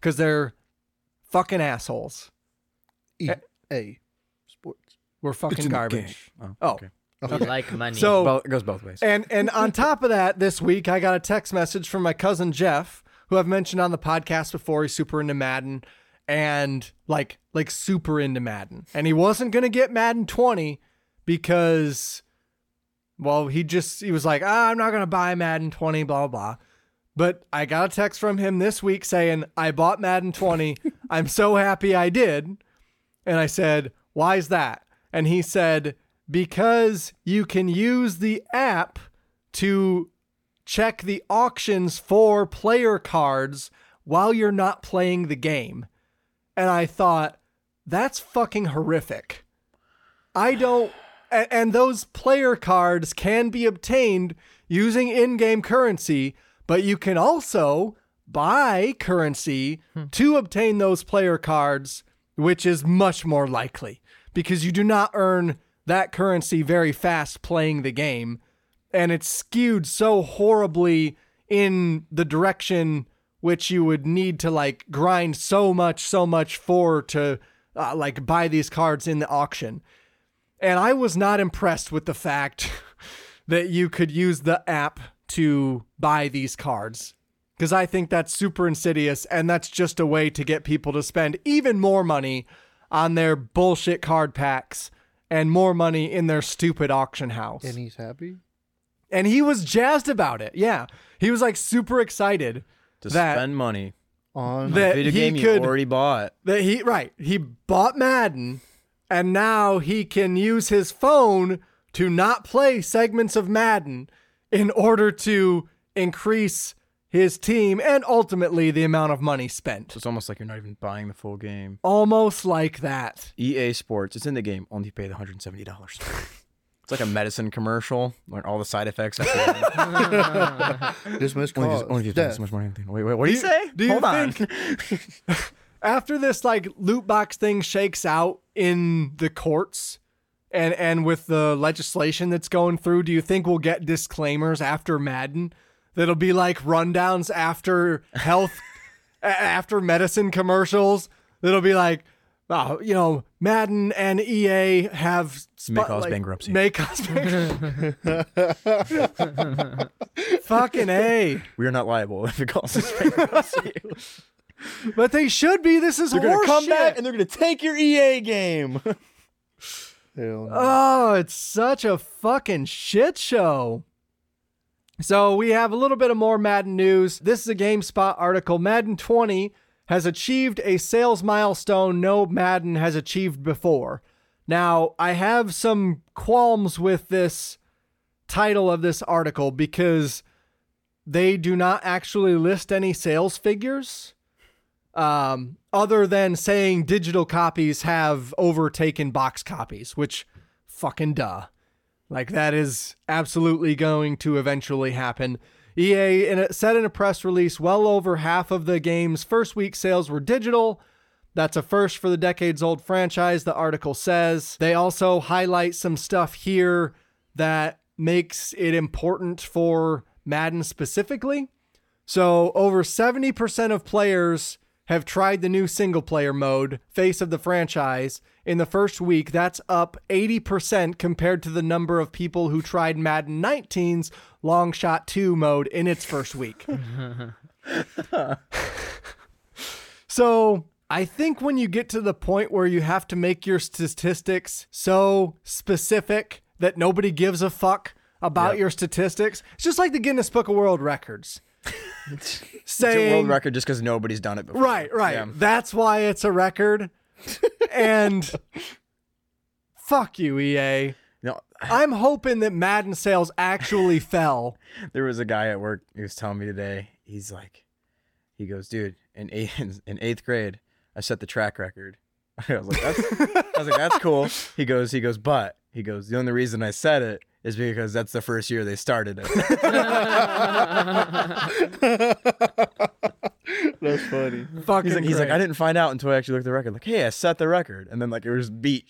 because they're fucking assholes. Eh.
E A sports.
We're fucking garbage.
Oh,
Oh,
okay.
You like money.
So-
Bo- it goes both ways.
And and on top of that, this week I got a text message from my cousin Jeff, who I've mentioned on the podcast before. He's super into Madden and like like super into Madden. And he wasn't gonna get Madden 20 because well, he just he was like, ah, I'm not gonna buy Madden 20, blah blah blah. But I got a text from him this week saying, I bought Madden 20. I'm so happy I did. And I said, Why's that? And he said, Because you can use the app to check the auctions for player cards while you're not playing the game. And I thought, That's fucking horrific. I don't. a- And those player cards can be obtained using in game currency, but you can also buy currency to obtain those player cards, which is much more likely because you do not earn that currency very fast playing the game. And it's skewed so horribly in the direction which you would need to like grind so much, so much for to uh, like buy these cards in the auction and I was not impressed with the fact that you could use the app to buy these cards because I think that's super insidious and that's just a way to get people to spend even more money on their bullshit card packs and more money in their stupid auction house.
And he's happy.
And he was jazzed about it. Yeah. He was like super excited
to
that
spend money
On
that
video
he
game
could
you already bought.
that he right, he bought Madden and now he can use his phone to not play segments of Madden in order to increase his team and ultimately the amount of money spent.
So it's almost like you're not even buying the full game.
Almost like that.
EA Sports, it's in the game. Only pay the hundred and seventy dollars. It's like a medicine commercial. Learn all the side effects. after that.
this must
only if
cause
you- only if you spend
death.
this much money. on the thing. Wait, wait, what do you
Do you-
say?
do you
Hold on.
think- after this like loot box thing shakes out in the courts and and with the legislation that's going through do you think we'll get disclaimers after madden that'll be like rundowns after health a- after medicine commercials that'll be like oh, you know madden and ea have spo-
May cause
like,
bankruptcy.
may cause bankruptcy fucking a
We are not liable if it causes bankruptcy.
but they should be this is
they're gonna
horse
come
shit.
back and they're gonna take your EA game.
Hell no.
Oh, it's such a fucking shit show. So we have a little bit of more Madden news. This is a GameSpot article. Madden 20 has achieved a sales milestone no Madden has achieved before. Now, I have some qualms with this title of this article because they do not actually list any sales figures um, other than saying digital copies have overtaken box copies, which fucking duh. Like that is absolutely going to eventually happen. EA in a, said in a press release, well over half of the game's first week sales were digital. That's a first for the decades old franchise, the article says. They also highlight some stuff here that makes it important for Madden specifically. So, over 70% of players have tried the new single player mode, face of the franchise, in the first week. That's up 80% compared to the number of people who tried Madden 19's Long Shot 2 mode in its first week. So I think when you get to the point where you have to make your statistics so specific that nobody gives a fuck about your statistics, it's just like the Guinness Book of World Records.
It's a
Saying,
world record just because nobody's done it before.
Right, right.
Yeah.
That's why it's a record. and fuck you, EA.
No,
I'm hoping that Madden sales actually fell.
there was a guy at work. He was telling me today. He's like, he goes, dude, in eighth, in eighth grade, I set the track record. I was like, that's, I was like, that's cool. He goes, he goes, but he goes, the only reason I said it is because that's the first year they started it.
That's funny.
Fucking
he's like, he's like,
great.
I didn't find out until I actually looked at the record. Like, hey, I set the record, and then like it was beat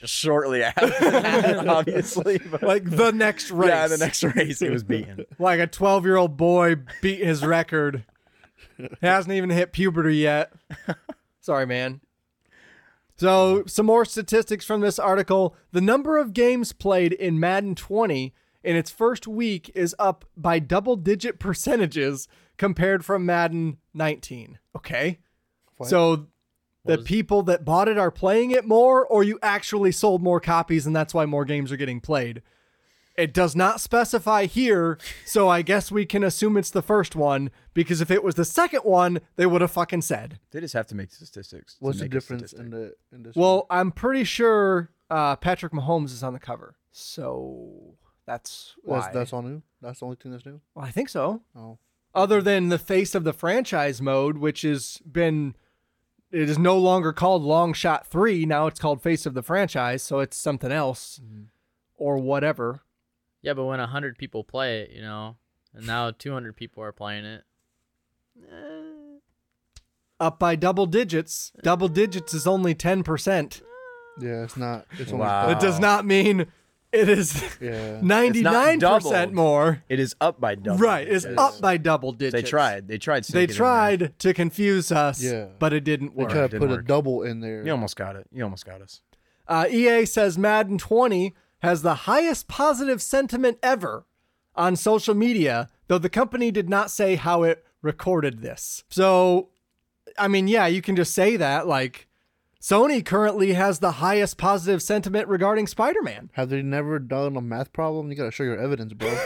shortly after, obviously. But,
like the next race.
yeah, the next race it was beaten.
like a 12 year old boy beat his record. He hasn't even hit puberty yet. Sorry, man. So, some more statistics from this article. The number of games played in Madden 20 in its first week is up by double digit percentages compared from Madden 19. Okay.
What?
So, the
What is-
people that bought it are playing it more, or you actually sold more copies and that's why more games are getting played. It does not specify here, so I guess we can assume it's the first one because if it was the second one, they would have fucking said.
They just have to make statistics. to
What's the
make a
difference in
statistic.
the in this?
Well, I'm pretty sure uh, Patrick Mahomes is on the cover, so that's
one?
why.
that's, that's all new. That's the only thing that's new.
Well, I think so.
Oh,
Other than the face of the franchise mode, which has been, it is no longer called Long Shot Three. Now it's called Face of the Franchise, so it's something else,
Mm-hmm.
or whatever.
Yeah, but when hundred people play it, you know, and now two hundred people are playing it.
Up by double digits. Double digits is only ten percent.
yeah, it's not. It's only
Wow.
That does not mean it is
yeah.
ninety nine percent
doubled.
more.
It is up by double.
right, it's
digits.
up by double digits.
They tried. They tried.
They
sneaking in there.
tried to confuse us,
Yeah.
but it didn't
They
work.
could have
didn't
put a
work.
double in there.
You almost got it. You almost got us.
Uh, EA says Madden 20 has the highest positive sentiment ever on social media, though the company did not say how it recorded this. So, I mean, yeah, you can just say that. Like, Sony currently has the highest positive sentiment regarding Spider Man.
Have they never done a math problem? You gotta show your evidence, bro.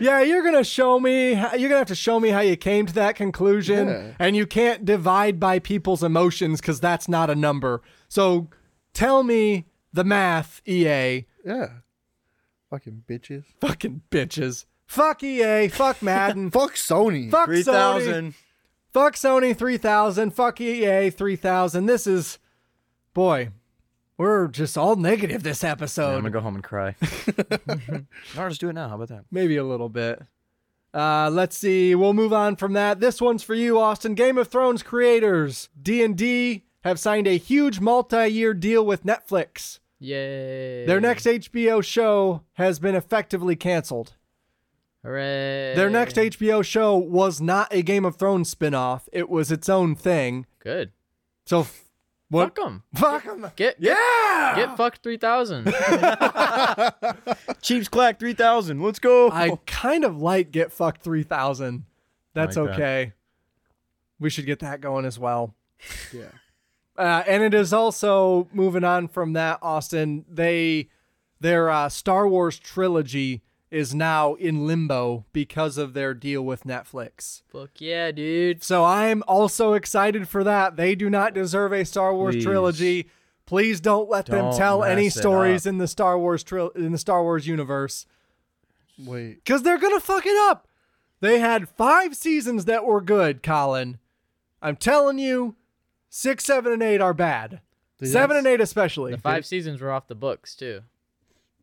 Yeah, you're gonna show me. You're gonna have to show me how you came to that conclusion,
Yeah.
and you can't divide by people's emotions because that's not a number. So, tell me the math, E EA.
yeah. Fucking bitches.
Fucking bitches. Fuck EA. Fuck Madden. fuck
Fuck Sony.
fuck
Three
Sony.
thousand.
Fuck Sony. Three thousand. Fuck EA. Three thousand. This is, boy, we're just all negative this
I'm
episode.
gonna go home and cry. no, just do it now. How about that?
Maybe a little bit. Uh, let's see. We'll move on from that. This one's for you, Austin. Game of Thrones creators D&D have signed a huge multi-year deal with Netflix.
Yay!
Their next HBO show has been effectively canceled.
Hooray!
Their next HBO show was not a Game of Thrones spin-off. It was its own thing.
Good.
So f- what
Fuck 'em.
fuck 'em.
Get get,
Yeah.
get fucked three thousand.
Chiefs clack three thousand. Let's go.
I kind of like Get Fucked 3000. That's
like that.
okay. We should get that going as well.
Yeah.
Uh, and it is also moving on from that, Austin. They their uh, Star Wars trilogy is now in limbo because of their deal with Netflix.
Fuck yeah, dude.
So I'm also excited for that. They do not deserve a Star Wars
Please.
trilogy. Please don't let them
Don't
tell any
mess it
stories
up.
in the Star Wars tril- in the Star Wars universe
Wait.
because they're gonna fuck it up. They had five seasons that were good, Colin. I'm telling you, six, seven, and eight are bad.
Dude,
seven
that's-
and eight especially.
The five seasons were off the books too,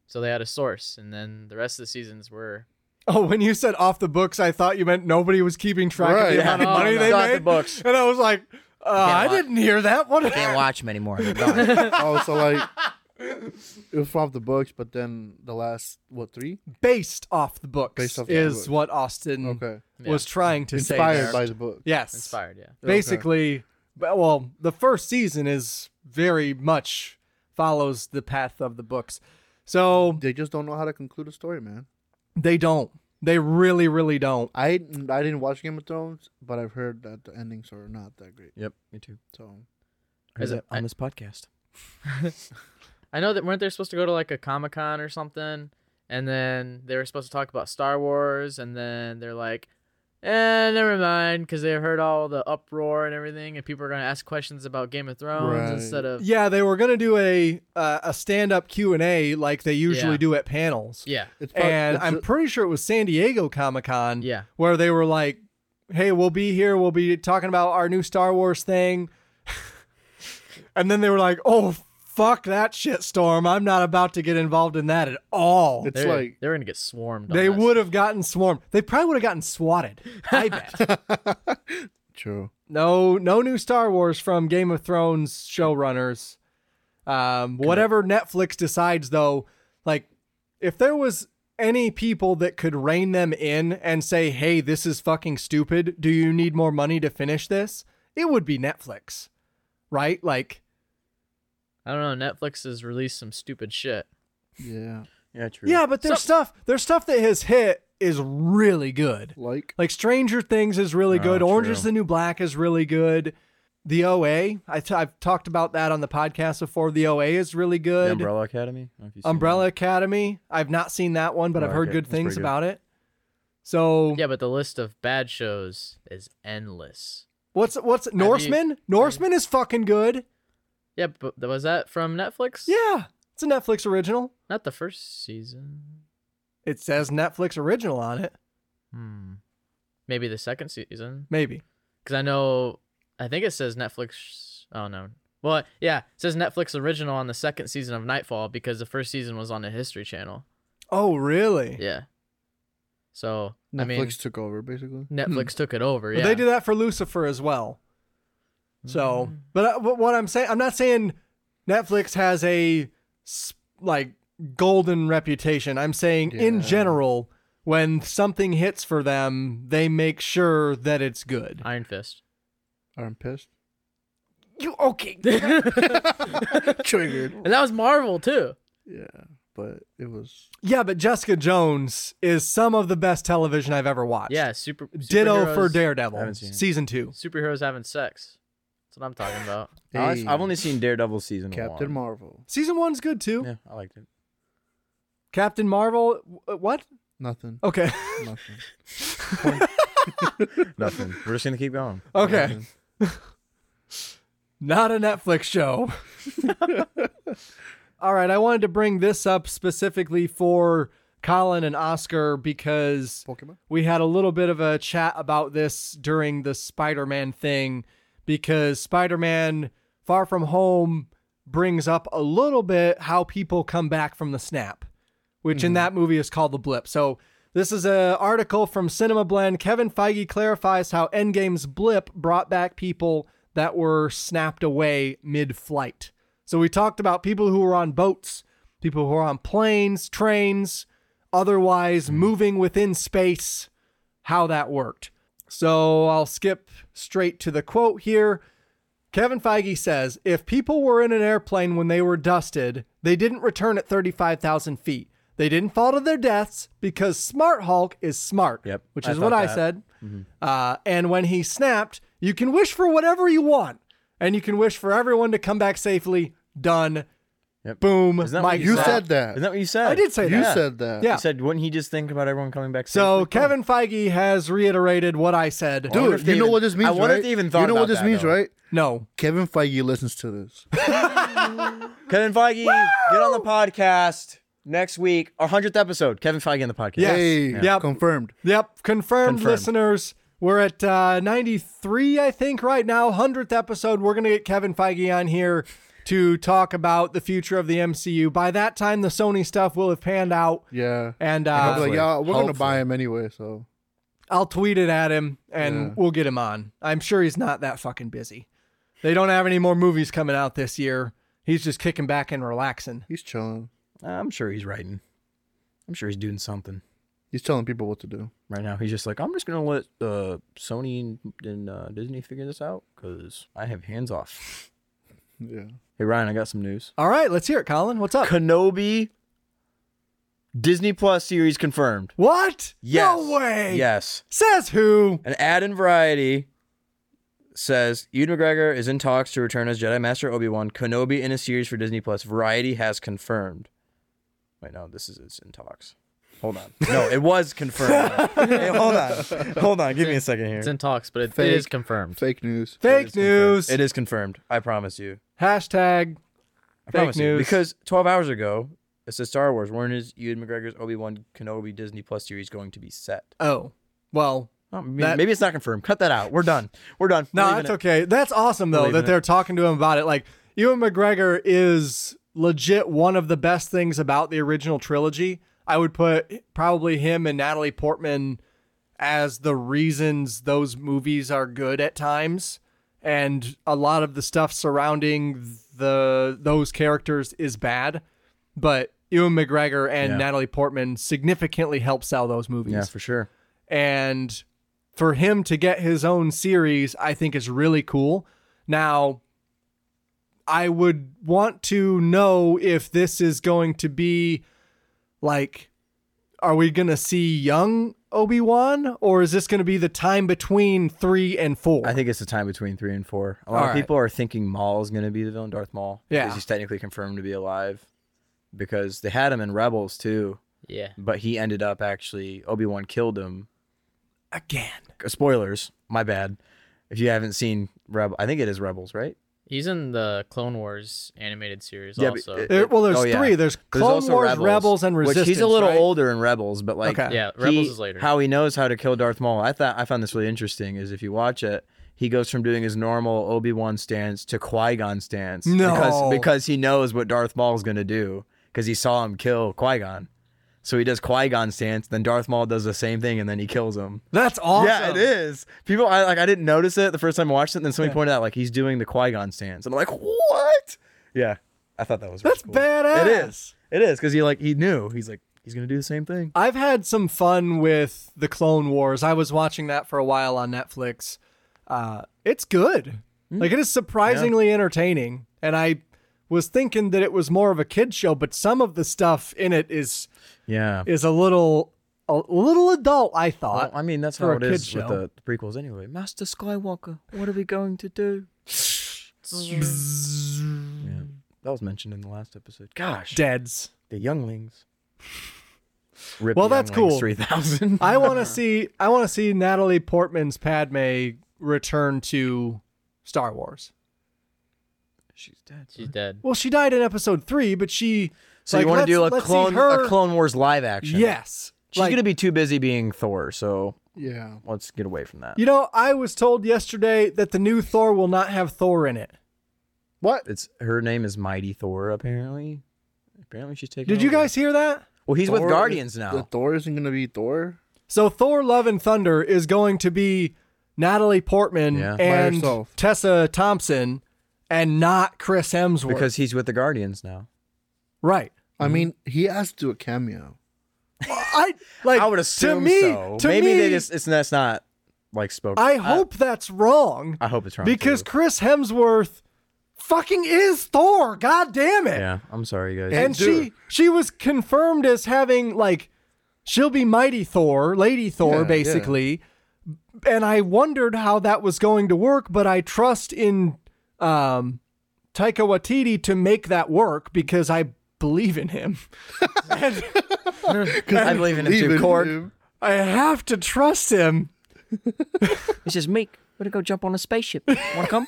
so they had a source, and then the rest of the seasons were.
Oh, when you said off the books, I thought you meant nobody was keeping track of
Right.
the amount of
No,
money
no.
they
Not
made.
the books.
And I was like, uh, I
watch.
didn't hear that. What?
Can't watch them anymore.
Oh, so like it was off the books, but then the last what three?
Based off the books
Based off the
is
books.
what Austin
Okay.
was trying to say.
Inspired
there.
by the book.
yes,
Inspired, yeah.
basically but- well the first season is very much follows the path of the books so
They just don't know how to conclude a story, man.
they don't they really really don't
I I didn't watch Game of Thrones, but I've heard that the endings are not that great.
Yep, me too.
So
Heard
Is it-
that on
I-
this podcast.
I know that weren't they supposed to go to like a Comic Con or something, and then they were supposed to talk about Star Wars, and then they're like, "Eh, never mind," because they heard all the uproar and everything, and people are gonna ask questions about Game of Thrones
Right.
instead of
yeah they were gonna do a uh, a stand-up q&a like they usually
Yeah.
do at panels
yeah,
it's prob-
and
it's
i'm
a-
pretty sure it was san diego comic-con
yeah.
where they were like hey we'll be here we'll be talking about our new star wars thing and then they were like oh fuck that shit storm i'm not about to get involved in that at all
it's
They're,
like
they're gonna get swarmed. on
They
that
would have gotten swarmed. They probably would have gotten swatted. I bet.
true.
no, no new Star Wars from Game of Thrones showrunners. Um, whatever Netflix decides, though, like if there was any people that could rein them in and say, "Hey, this is fucking stupid. Do you need more money to finish this?" It would be Netflix. right? Like
I don't know. Netflix has released some stupid shit.
Yeah.
Yeah, true.
yeah, but their
So-
stuff, their stuff that has hit is really good.
Like
Like Stranger Things is really
Oh,
good. Orange
true.
is the New Black is really good. The OA, I t- I've talked about that on the podcast before. The OA is really
The
good.
Umbrella Academy. I don't know if you've seen
Umbrella Academy, I've not seen that one, but
Oh,
I've heard
okay.
good
That's pretty
things
good.
about it. So
Yeah, but the list of bad shows is endless.
what's what's Norseman? Norseman is fucking good.
Yeah, but th- was that from Netflix?
Yeah, it's a Netflix original.
Not the first season.
It says Netflix original on it.
Hmm. Maybe the second season.
Maybe.
Because I know, I think it says Netflix. Oh no. Well, yeah, it says Netflix original on the second season of Nightfall because the first season was on the History Channel.
Oh really?
Yeah. So
Netflix
I mean,
took over basically.
Netflix took it over.
But
Yeah.
They did that for Lucifer as well. So, but, I, but what I'm saying, I'm not saying Netflix has a s- like golden reputation. I'm saying in
Yeah.
general, when something hits for them, they make sure that it's good.
Iron Fist.
I'm pissed.
You okay?
Triggered.
And that was Marvel too.
Yeah, but it was
yeah, but Jessica Jones is some of the best television I've ever watched.
Yeah. Super.
Ditto
superheroes-
for
I
Daredevil
haven't seen it.
season two.
Superheroes having sex. That's what I'm talking about.
it. Honest- I've
Hey,
only seen Daredevil season
Captain
one.
Marvel.
Season one's good too.
Yeah, I liked it.
Captain Marvel. wh- What?
Nothing.
Okay.
Nothing.
Nothing. We're just gonna keep going.
okay. Not a Netflix show. All right, I wanted to bring this up specifically for Colin and Oscar because
Pokemon.
we had a little bit of a chat about this during the Spider Man thing because Spider Man Far From Home brings up a little bit how people come back from the snap, which in that movie is called the blip. So this is an article from Cinema Blend. Kevin Feige clarifies how Endgame's blip brought back people that were snapped away mid flight. So we talked about people who were on boats, people who were on planes, trains, otherwise moving within space, how that worked. So I'll skip straight to the quote here. Kevin Feige says if people were in an airplane when they were dusted, they didn't return at 35,000 feet. They didn't fall to their deaths because Smart Hulk is smart,
Yep,
which
I
is what
thought
I
that. Mm-hmm.
said. Uh, and when he snapped, you can wish for whatever you want, and you can wish for everyone to come back safely. Done.
Yep.
Boom.
Isn't that
Mike
what
You
drop.
said that.
Isn't that what you said?
I did say
you
that.
said that.
Yeah.
You said, wouldn't he just think about everyone coming back?
So
safely?"
Kevin Feige has reiterated what I said.
I wonder if
Dude,
they
you know
even-
what this means,
I wonder if
right?
they even
You
thought
know what
about
this
that,
means,
though.
right?
No.
Kevin Feige listens to this.
Kevin Feige, get on the podcast next week. Our hundredth episode. Kevin Feige on the podcast.
Yes.
Hey,
Yeah. Yep.
confirmed.
Yep. Confirmed,
Confirmed.
listeners. We're at uh, 93, I think, right now. 100th episode. We're going to get Kevin Feige on here to talk about the future of the MCU. By that time, the Sony stuff will have panned out.
Yeah.
And
I'll
uh,
be like, yeah, we're gonna buy
Hopefully.
him anyway. So
I'll tweet it at him and
Yeah.
we'll get him on. I'm sure he's not that fucking busy. They don't have any more movies coming out this year. He's just kicking back and relaxing.
he's chilling.
I'm sure he's writing. I'm sure he's doing something
He's telling people what to do.
right now. He's just like, I'm just gonna let uh, Sony and, and uh, Disney figure this out because I have hands off.
Yeah.
Hey Ryan, I got some news.
All right, let's hear it, Colin. What's up?
Kenobi Disney Plus series confirmed.
what?
Yes.
No way.
Yes.
Says who?
An ad in Variety says Ewan McGregor is in talks to return as Jedi Master Obi Wan Kenobi in a series for Disney Plus. Variety has confirmed. Wait, no, this is it's in talks. Hold on. No, it was confirmed. hey, hold on. Hold on. Give me a second here.
It's in talks, but it, it is
Fake.
confirmed.
Fake news.
Fake news.
It is confirmed. I promise you.
Hashtag
I
Fake
promise you.
news.
Because 12 hours ago, it says Star Wars. When is Ewan McGregor's Obi Wan Kenobi Disney Plus series going to be set?
Oh, well,
Oh, maybe,
That-
maybe it's not confirmed. Cut that out. We're done. We're done.
no,
We're leaving
that's
it.
okay. That's awesome though
Believe in
that
it.
they're talking to him about it. Like Ewan McGregor is legit one of the best things about the original trilogy. I would put probably him and Natalie Portman as the reasons those movies are good at times, and a lot of the stuff surrounding the those characters is bad, but. Ewan McGregor and
Yeah.
Natalie Portman significantly help sell those movies.
Yeah, for sure.
and for him to get his own series i think is really cool now I would want to know if this is going to be like are we going to see young Obi-Wan or is this going to be the time between 3 and 4?
I think it's the time between three and four. A lot of
Alright.
people are thinking Maul is going to be the villain, Darth Maul.
Yeah.
Because he's technically confirmed to be alive. Because they had him in Rebels too,
Yeah.
but he ended up actually, Obi Wan killed him.
again.
Spoilers, my bad. If you haven't seen Rebel, I think it is Rebels, right?
He's in the Clone Wars animated series
Yeah, but
also.
it-
There, well, there's
Oh, yeah.
3. There's Clone
also
Wars, Rebels, and
which
Resistance.
he's a little
right?
older in Rebels, but like
Okay.
Yeah, Rebels
he-
is later.
How he knows how to kill Darth Maul. I thought I found this really interesting. Is if you watch it, he goes from doing his normal Obi Wan stance to Qui Gon stance.
No.
because because he knows what Darth Maul's gonna do because he saw him kill Qui Gon. So he does Qui Gon stance, then Darth Maul does the same thing, and then he kills him.
That's awesome.
Yeah, it is. People, I like. I didn't notice it the first time I watched it. And then somebody pointed out like he's doing the Qui Gon stance, and I'm like, what? Yeah, I thought that was really
That's
cool.
badass.
It is. It is because he like he knew he's like he's gonna do the same thing.
I've had some fun with the Clone Wars. I was watching that for a while on Netflix. Uh, it's good.
Hmm.
Like it is surprisingly entertaining, and I was thinking that it was more of a kid show, but some of the stuff in it is
Yeah.
is a little a little adult. I
Well,
thought.
I mean that's
for
how
a
it is
kid's
with
show.
the prequels anyway. Master Skywalker, what are we going to do? yeah, that was mentioned in the last episode. Gosh,
Deads.
the younglings. Rip
Well,
the
that's
younglings
cool.
Three thousand.
I want to see. I want to see Natalie Portman's Padme return to Star Wars.
She's dead.
She's dead.
Well, she died in Episode three, but she.
So
like,
you want to
let's-
do a
let's see
clone,
her-
a Clone Wars live action?
Yes.
she's
Like-
gonna be too busy being Thor. So
Yeah.
let's get away from that.
You know, I was told yesterday that the new Thor will not have Thor in it.
What?
It's her name is Mighty Thor. Apparently, apparently she's taking.
Did you
over.
guys hear that?
Well, he's
Thor-
with Guardians
The
now.
Thor isn't gonna be Thor
So Thor Love and Thunder is going to be Natalie Portman
Yeah. By
and
herself.
Tessa Thompson and not Chris Hemsworth.
Because he's with the Guardians now.
right.
I mean, he has to do a cameo.
I like
I would
to
assume
me,
so.
To
Maybe
me,
they just it's that's not like spoken.
I hope that's wrong
I hope it's wrong.
because
too.
Chris Hemsworth fucking is Thor. God damn it.
yeah, I'm sorry guys.
and
do
she she was confirmed as having like she'll be mighty thor lady thor
Yeah,
basically and i wondered how that was going to work but i trust in um taika waititi to make that work because i believe in him and
I believe in him
Leave
too.
it.
Korg.
i have to trust him
He says, Meek, we're gonna go jump on a spaceship. Wanna come?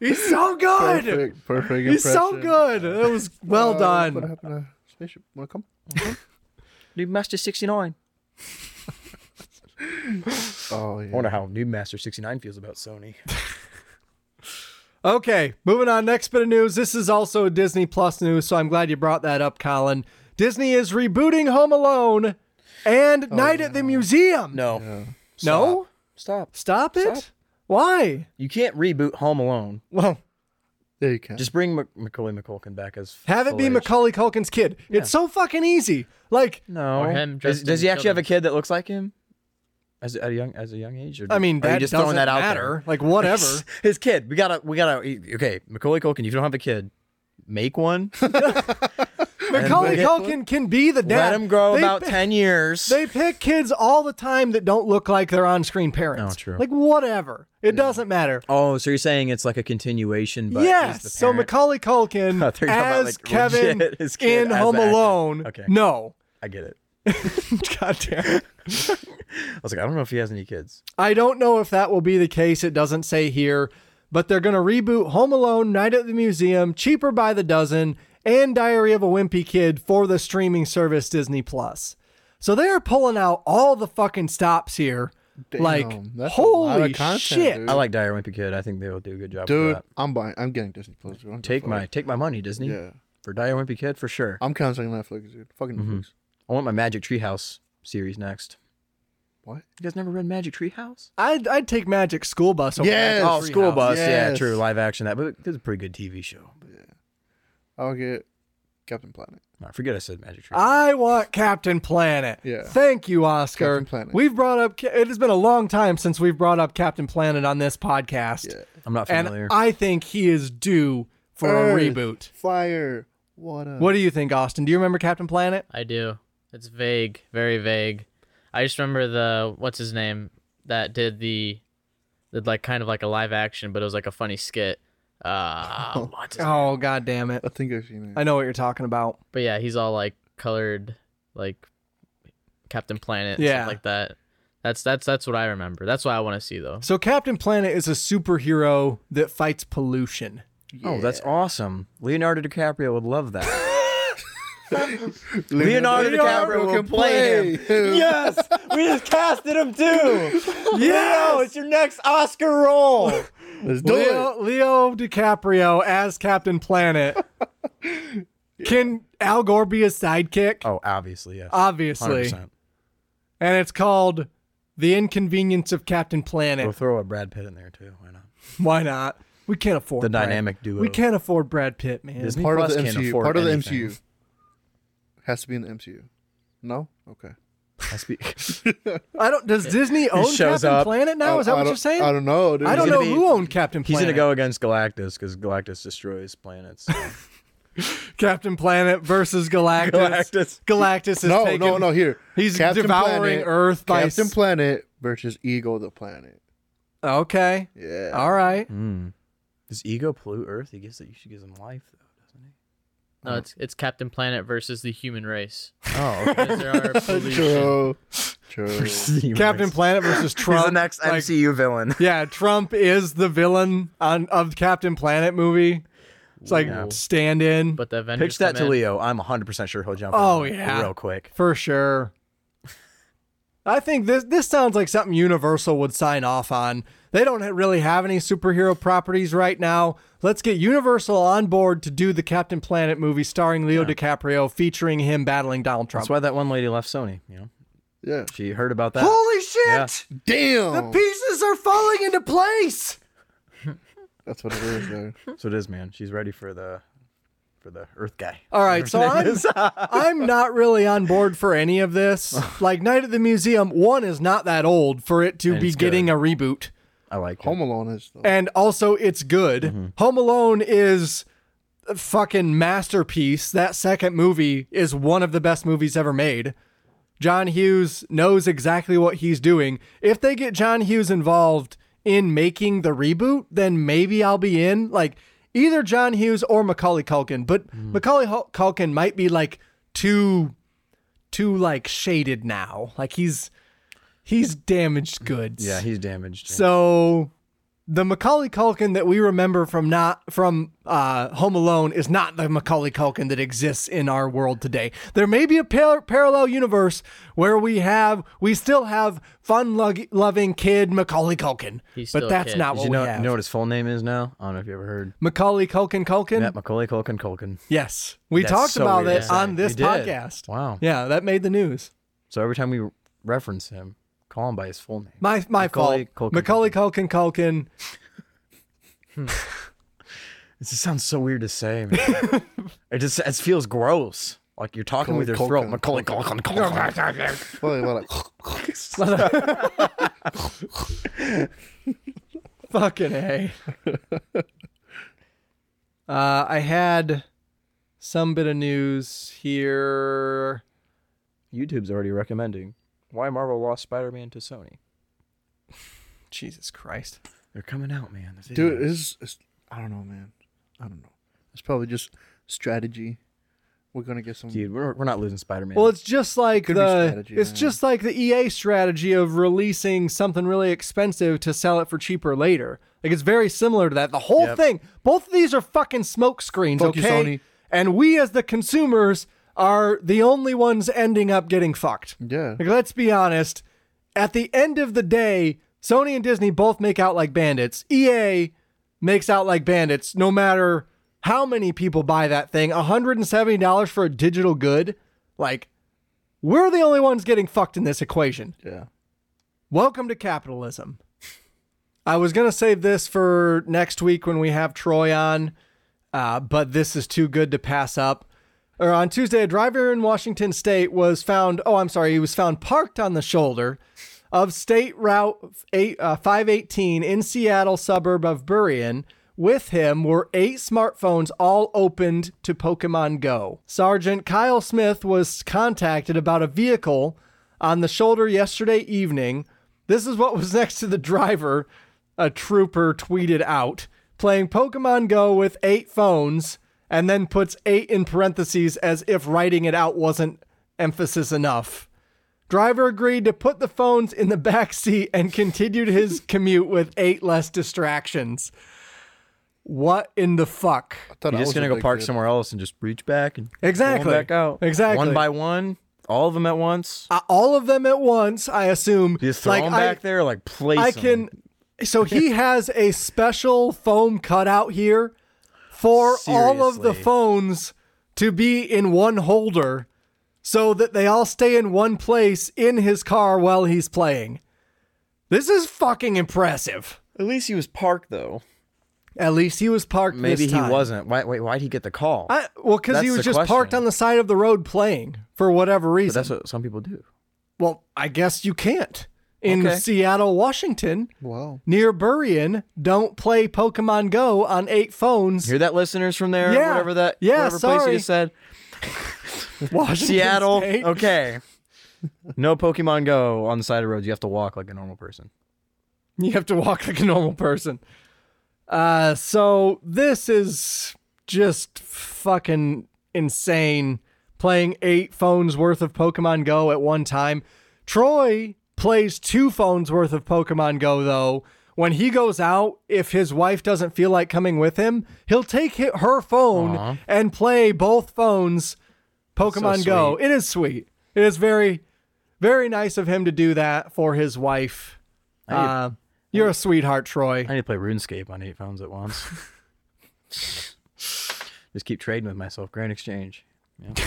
he's so good
Perfect, perfect
he's so
impression.
good it was well
Uh, What
done
happened to spaceship? Wanna come?
New Master 69.
Oh yeah.
I wonder how New Master 69 feels about Sony.
Okay, moving on. Next bit of news. This is also Disney Plus news, so I'm glad you brought that up, Colin. Disney is rebooting Home Alone and Night at the Museum.
Oh, No.
no,
Stop.
stop it. Why?
You can't reboot Home Alone.
Well,
There you can.
Just bring Mac- Macaulay McCulkin back as
have it
full
be
age.
Macaulay Culkin's kid. It's so fucking easy. Like,
No.
Or him
Does,
dressed
does
in
he actually have a
children's-
kid that looks like him? As at a young as a young age? Or
I mean,
are you
that
just
doesn't
throwing that out
matter.
there?
Like, whatever.
His kid. We gotta. We gotta. Okay, Macaulay Culkin. If you don't have a kid, make one.
Macaulay
Let-
Culkin can be the dad.
Let him grow
They
about
pi-
ten years.
They pick kids all the time that don't look like their on-screen parents.
Oh, true.
Like, whatever. It doesn't matter.
oh, so you're saying it's like a continuation? But he's the
yes. So
parent.
Macaulay Culkin
I thought you were talking about,
as
like,
Kevin
legit his kid
in
as
Home
the actor.
Alone.
Okay.
No.
I get it.
God damn.
I was like, I don't know if he has any kids.
I don't know if that will be the case. It doesn't say here, but they're going to reboot Home Alone, Night at the Museum, Cheaper by the Dozen, and Diary of a Wimpy Kid for the streaming service Disney Plus. So they are pulling out all the fucking stops here.
Damn,
like,
that's a lot of
holy
content,
shit.
dude.
I like Dire Wimpy Kid. I think they'll do a good job. with
Dude,
that.
I'm buying. I'm getting Disney Plus. dude. I don't give a
take
fuck.
my take my money, Disney,
Yeah,
for Dire Wimpy Kid for
Uh,
sure.
I'm canceling Netflix, dude. Fucking Netflix.
I want my Magic Treehouse series next.
What?
You guys never read Magic Treehouse?
I'd, I'd take Magic School Bus. over
Yes.
Magic
Oh, School
Treehouse.
Bus. Yeah,
Yes.
true. Live action. That, but it's a pretty good TV show.
I'll get Captain Planet.
I forget I said Magic Treehouse.
I want Captain Planet.
Yeah.
Thank you, Oscar.
Captain Planet.
We've brought up. It has been a long time since we've brought up Captain Planet on this podcast,
Yeah.
I'm not familiar.
and I think he is due for a
Earth,
reboot.
Fire, water.
What do you think, Austin? Do you remember Captain Planet?
I do. It's vague, very vague. I just remember the what's his name that did the, did like kind of like a live action, but it was like a funny skit. Uh, what's his-
Oh, god damn it.
I think I've seen it.
I know what you're talking about.
But yeah, he's all like colored, like Captain Planet, and
Yeah.
stuff like that. That's that's that's what I remember. That's what I want to see though.
So Captain Planet is a superhero that fights pollution.
Oh, that's awesome. Leonardo DiCaprio would love that.
Leonardo DiCaprio will play
him.
yes, we just casted him too. Leo, it's your next Oscar role.
Let's do it.
Leo, Leo DiCaprio as Captain Planet. Can Al Gore be his sidekick?
oh, obviously, yes.
Obviously.
100%.
And it's called The Inconvenience of Captain Planet.
We'll throw a Brad Pitt in there too. Why not?
Why not? We can't afford
The
Brad-
dynamic duo.
We can't afford Brad Pitt, man.
Disney
Part of
Plus
the
can't
MCU.
afford
Part of the
anything.
MCU. Has to be in the MCU. No? Okay.
I speak-
I don't. Does Disney own
shows
Captain
up.
Planet now? Is
I-
that
I
what
don't-
you're saying?
I don't know. Dude.
I don't
He's
know
gonna be-
who owned Captain
He's
Planet.
gonna go against Galactus because Galactus destroys planets.
Captain Planet versus Galactus.
Galactus.
Galactus is
No,
taking,
no, no. Here.
He's devouring Earth by
Captain
s-
Planet versus Ego the Planet.
Okay,
Yeah.
all right.
Mm. Does ego pollute Earth? He gives that you should give him life though, doesn't he?
No,
Uh-huh.
it's it's Captain Planet versus the human race.
Oh, okay.
'Cause there are pollution.
True. True.
Captain Planet versus Trump.
He's the next
Like,
MCU villain.
Yeah, Trump is the villain on of Captain Planet movie. It's like
Ooh.
stand in,
But the Avengers.
Pitch that
come
to
in.
Leo. I'm 100% sure he'll jump.
Oh,
on it
yeah.
real quick.
for sure. I think this this sounds like something Universal would sign off on. They don't really have any superhero properties right now. Let's get Universal on board to do the Captain Planet movie starring Leo DiCaprio, featuring him battling Donald Trump.
That's why that one lady left Sony. You know,
Yeah.
she heard about that.
Holy shit!
Yeah.
The
Oh.
Damn.
pieces are falling into place.
That's what it is, dude.
That's what it is, man. She's ready for the for the Earth guy.
All right, so I'm, I'm not really on board for any of this. Like Night at the Museum, one is not that old for it to
And
be
it's good.
getting a reboot.
I like
Home
home.
Alone is though.
and also it's good. Home Alone is a fucking masterpiece. That second movie is one of the best movies ever made. John Hughes knows exactly what he's doing. If they get John Hughes involved in making the reboot, then maybe I'll be in. Like either John Hughes or Macaulay Culkin, but Macaulay Hul- Culkin might be like too too like shaded now. Like he's he's damaged goods.
Yeah, he's damaged.
So the Macaulay Culkin that we remember from not from uh, Home Alone is not the Macaulay Culkin that exists in our world today. There may be a par- parallel universe where we have we still have fun lug- loving kid Macaulay Culkin,
He's still
but
a
that's
kid.
not
Did
what
you
we
know,
have.
you know what his full name is now? I don't know if you ever heard.
Macaulay Culkin Culkin.
Yeah, Macaulay Culkin Culkin.
yes, we
That's
talked
so
about
weird to
it
say.
on this
We did.
podcast.
Wow.
Yeah, that made the news.
So every time we reference him, call him by his full name.
My my
Macaulay
fault.
Culkin
Macaulay Culkin Culkin.
This just sounds so weird to say, man. it just it feels gross. Like you're talking with your throat. Macaulay Culkin. Culkin.
Probably about like,
Fucking A. uh, I had some bit of news here.
YouTube's already recommending why Marvel lost Spider-Man to Sony.
Jesus Christ.
They're coming out, man. The
dude,
videos.
it's, it's I don't know, man. I don't know. It's probably just strategy. We're gonna get some.
dude, we're, we're not losing Spider-Man.
Well, it's just like
Could be
the
strategy,
it's
man.
just like the EA strategy of releasing something really expensive to sell it for cheaper later. Like it's very similar to that. The whole
Yep.
thing, both of these are fucking smoke screens,
Fuck you,
okay?
Sony.
And we as the consumers are the only ones ending up getting fucked.
Yeah.
Like, let's be honest. At the end of the day, Sony and Disney both make out like bandits. EA makes out like bandits, no matter how many people buy that thing. $170 for a digital good. Like, we're the only ones getting fucked in this equation.
Yeah.
Welcome to capitalism. I was going to save this for next week when we have Troy on, uh, but this is too good to pass up. Or on Tuesday, a driver in Washington state was found, oh, I'm sorry, he was found parked on the shoulder of State Route 8, uh, 518 in Seattle suburb of Burien With him were eight smartphones, all opened to Pokemon Go. Sergeant Kyle Smith was contacted about a vehicle on the shoulder yesterday evening. This is what was next to the driver, a trooper tweeted out, playing Pokemon Go with eight phones, and then puts eight in parentheses as if writing it out wasn't emphasis enough. Driver agreed to put the phones in the back seat and continued his commute with eight less distractions. What in the fuck?
thought
You're
I
just
was
gonna go park
addicted.
somewhere else and just reach back and pull 'em
Exactly.
back out
Exactly.
one by one, all of them at once.
Uh, all of them at once, I assume.
You just throw
Like,
them
I-
back there, like place.
I
'em.
can. So he has a special foam cutout here for all of the
Seriously.
phones to be in one holder so that they all stay in one place in his car while he's playing. This is fucking impressive.
At least he was parked though.
At least he was parked. this
Maybe he
time.
wasn't. Why? Wait, why'd he get the call?
I, well, because he
That's
was
the
just parked
question.
on the side of the road playing for whatever
but
reason.
that's what some people do.
well, I guess you can't. In
Okay.
Seattle, Washington,
Wow.
near Burien, don't play Pokemon Go on eight phones.
Hear that, listeners from there,
Yeah.
whatever that,
Yeah,
whatever place
sorry.
you just said,
Washington
Seattle.
State.
Okay, no Pokemon Go on the side of roads. You have to walk like a normal person.
You have to walk like a normal person. Uh, so this is just fucking insane. Playing eight phones worth of Pokemon Go at one time. Troy plays two phones worth of Pokemon Go though. When he goes out, if his wife doesn't feel like coming with him, he'll take hi- her phone
Aw.
and play both phones Pokemon Go. It is sweet. It is very, very nice of him to do that for his wife.
I
Uh, you're a sweetheart, Troy.
I need to play RuneScape on eight phones at once. Just keep trading with myself. Grand exchange. Yeah.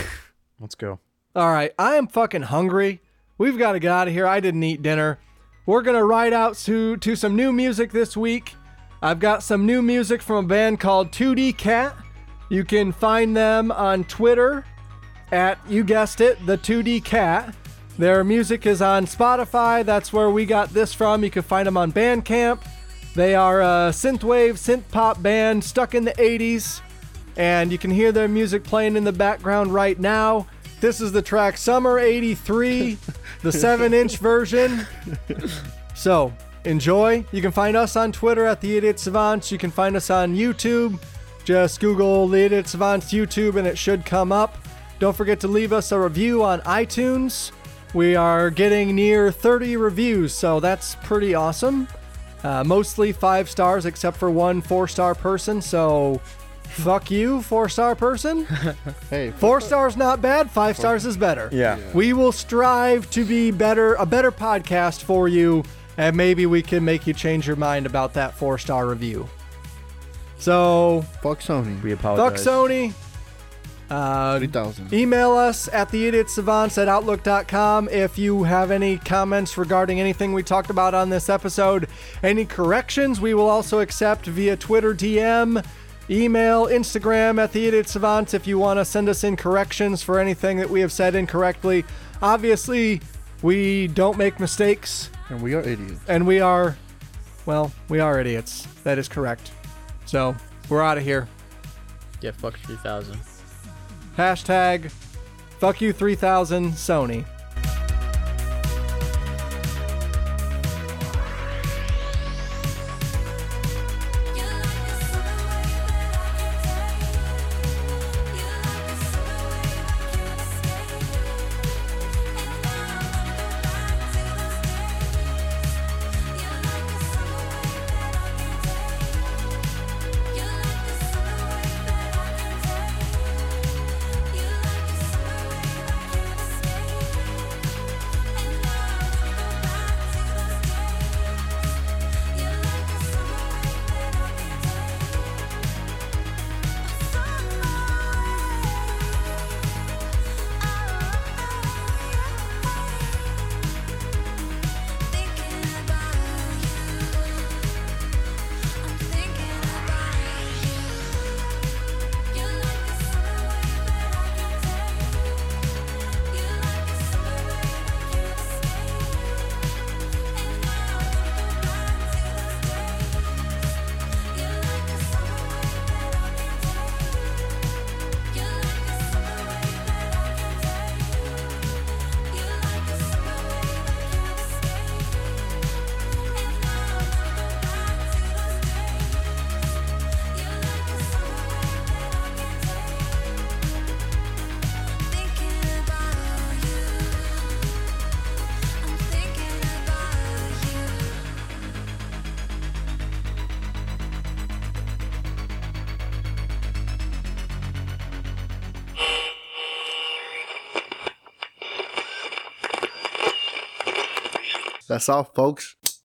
Let's go.
All right, I am fucking hungry. We've got to get out of here. I didn't eat dinner. We're gonna ride out to to some new music this week. I've got some new music from a band called 2D Cat. You can find them on Twitter at you guessed it, the 2D Cat. Their music is on Spotify. That's where we got this from. You can find them on Bandcamp. They are a synthwave, synth pop band stuck in the 80s. and you can hear their music playing in the background right now. This is the track Summer 83, the 7 inch version. So enjoy. You can find us on Twitter at The Idiot Savants. You can find us on YouTube. Just Google The Idiot Savants YouTube and it should come up. Don't forget to leave us a review on iTunes. We are getting near 30 reviews, so that's pretty awesome. Uh, mostly five stars, except for one four star person. So, fuck you, four star person.
Hey,
Four stars not bad. Five stars is better.
Yeah.
We will strive to be better, a better podcast for you, and maybe we can make you change your mind about that four star review. So
fuck Sony.
We
Oh,
fuck
apologize.
Sony. Uh,
Three thousand.
Email us at theidiotssavants at outlook.com if you have any comments regarding anything we talked about on this episode. Any corrections we will also accept via Twitter DM, email, Instagram at theidiotssavants if you want to send us in corrections for anything that we have said incorrectly. Obviously, we don't make mistakes
And we are idiots.
and we are, well, we are idiots. That is correct. So we're out of here.
Yeah, fuck 3000.
Hashtag fuck you 3000 Sony.
You like the summer way that I can take. You like the summer way I can't escape. And now I wanna go back to those days. You like the summer way that I can take. You like the summer way that I can take. You like the summer way I can't escape.
That's all, folks.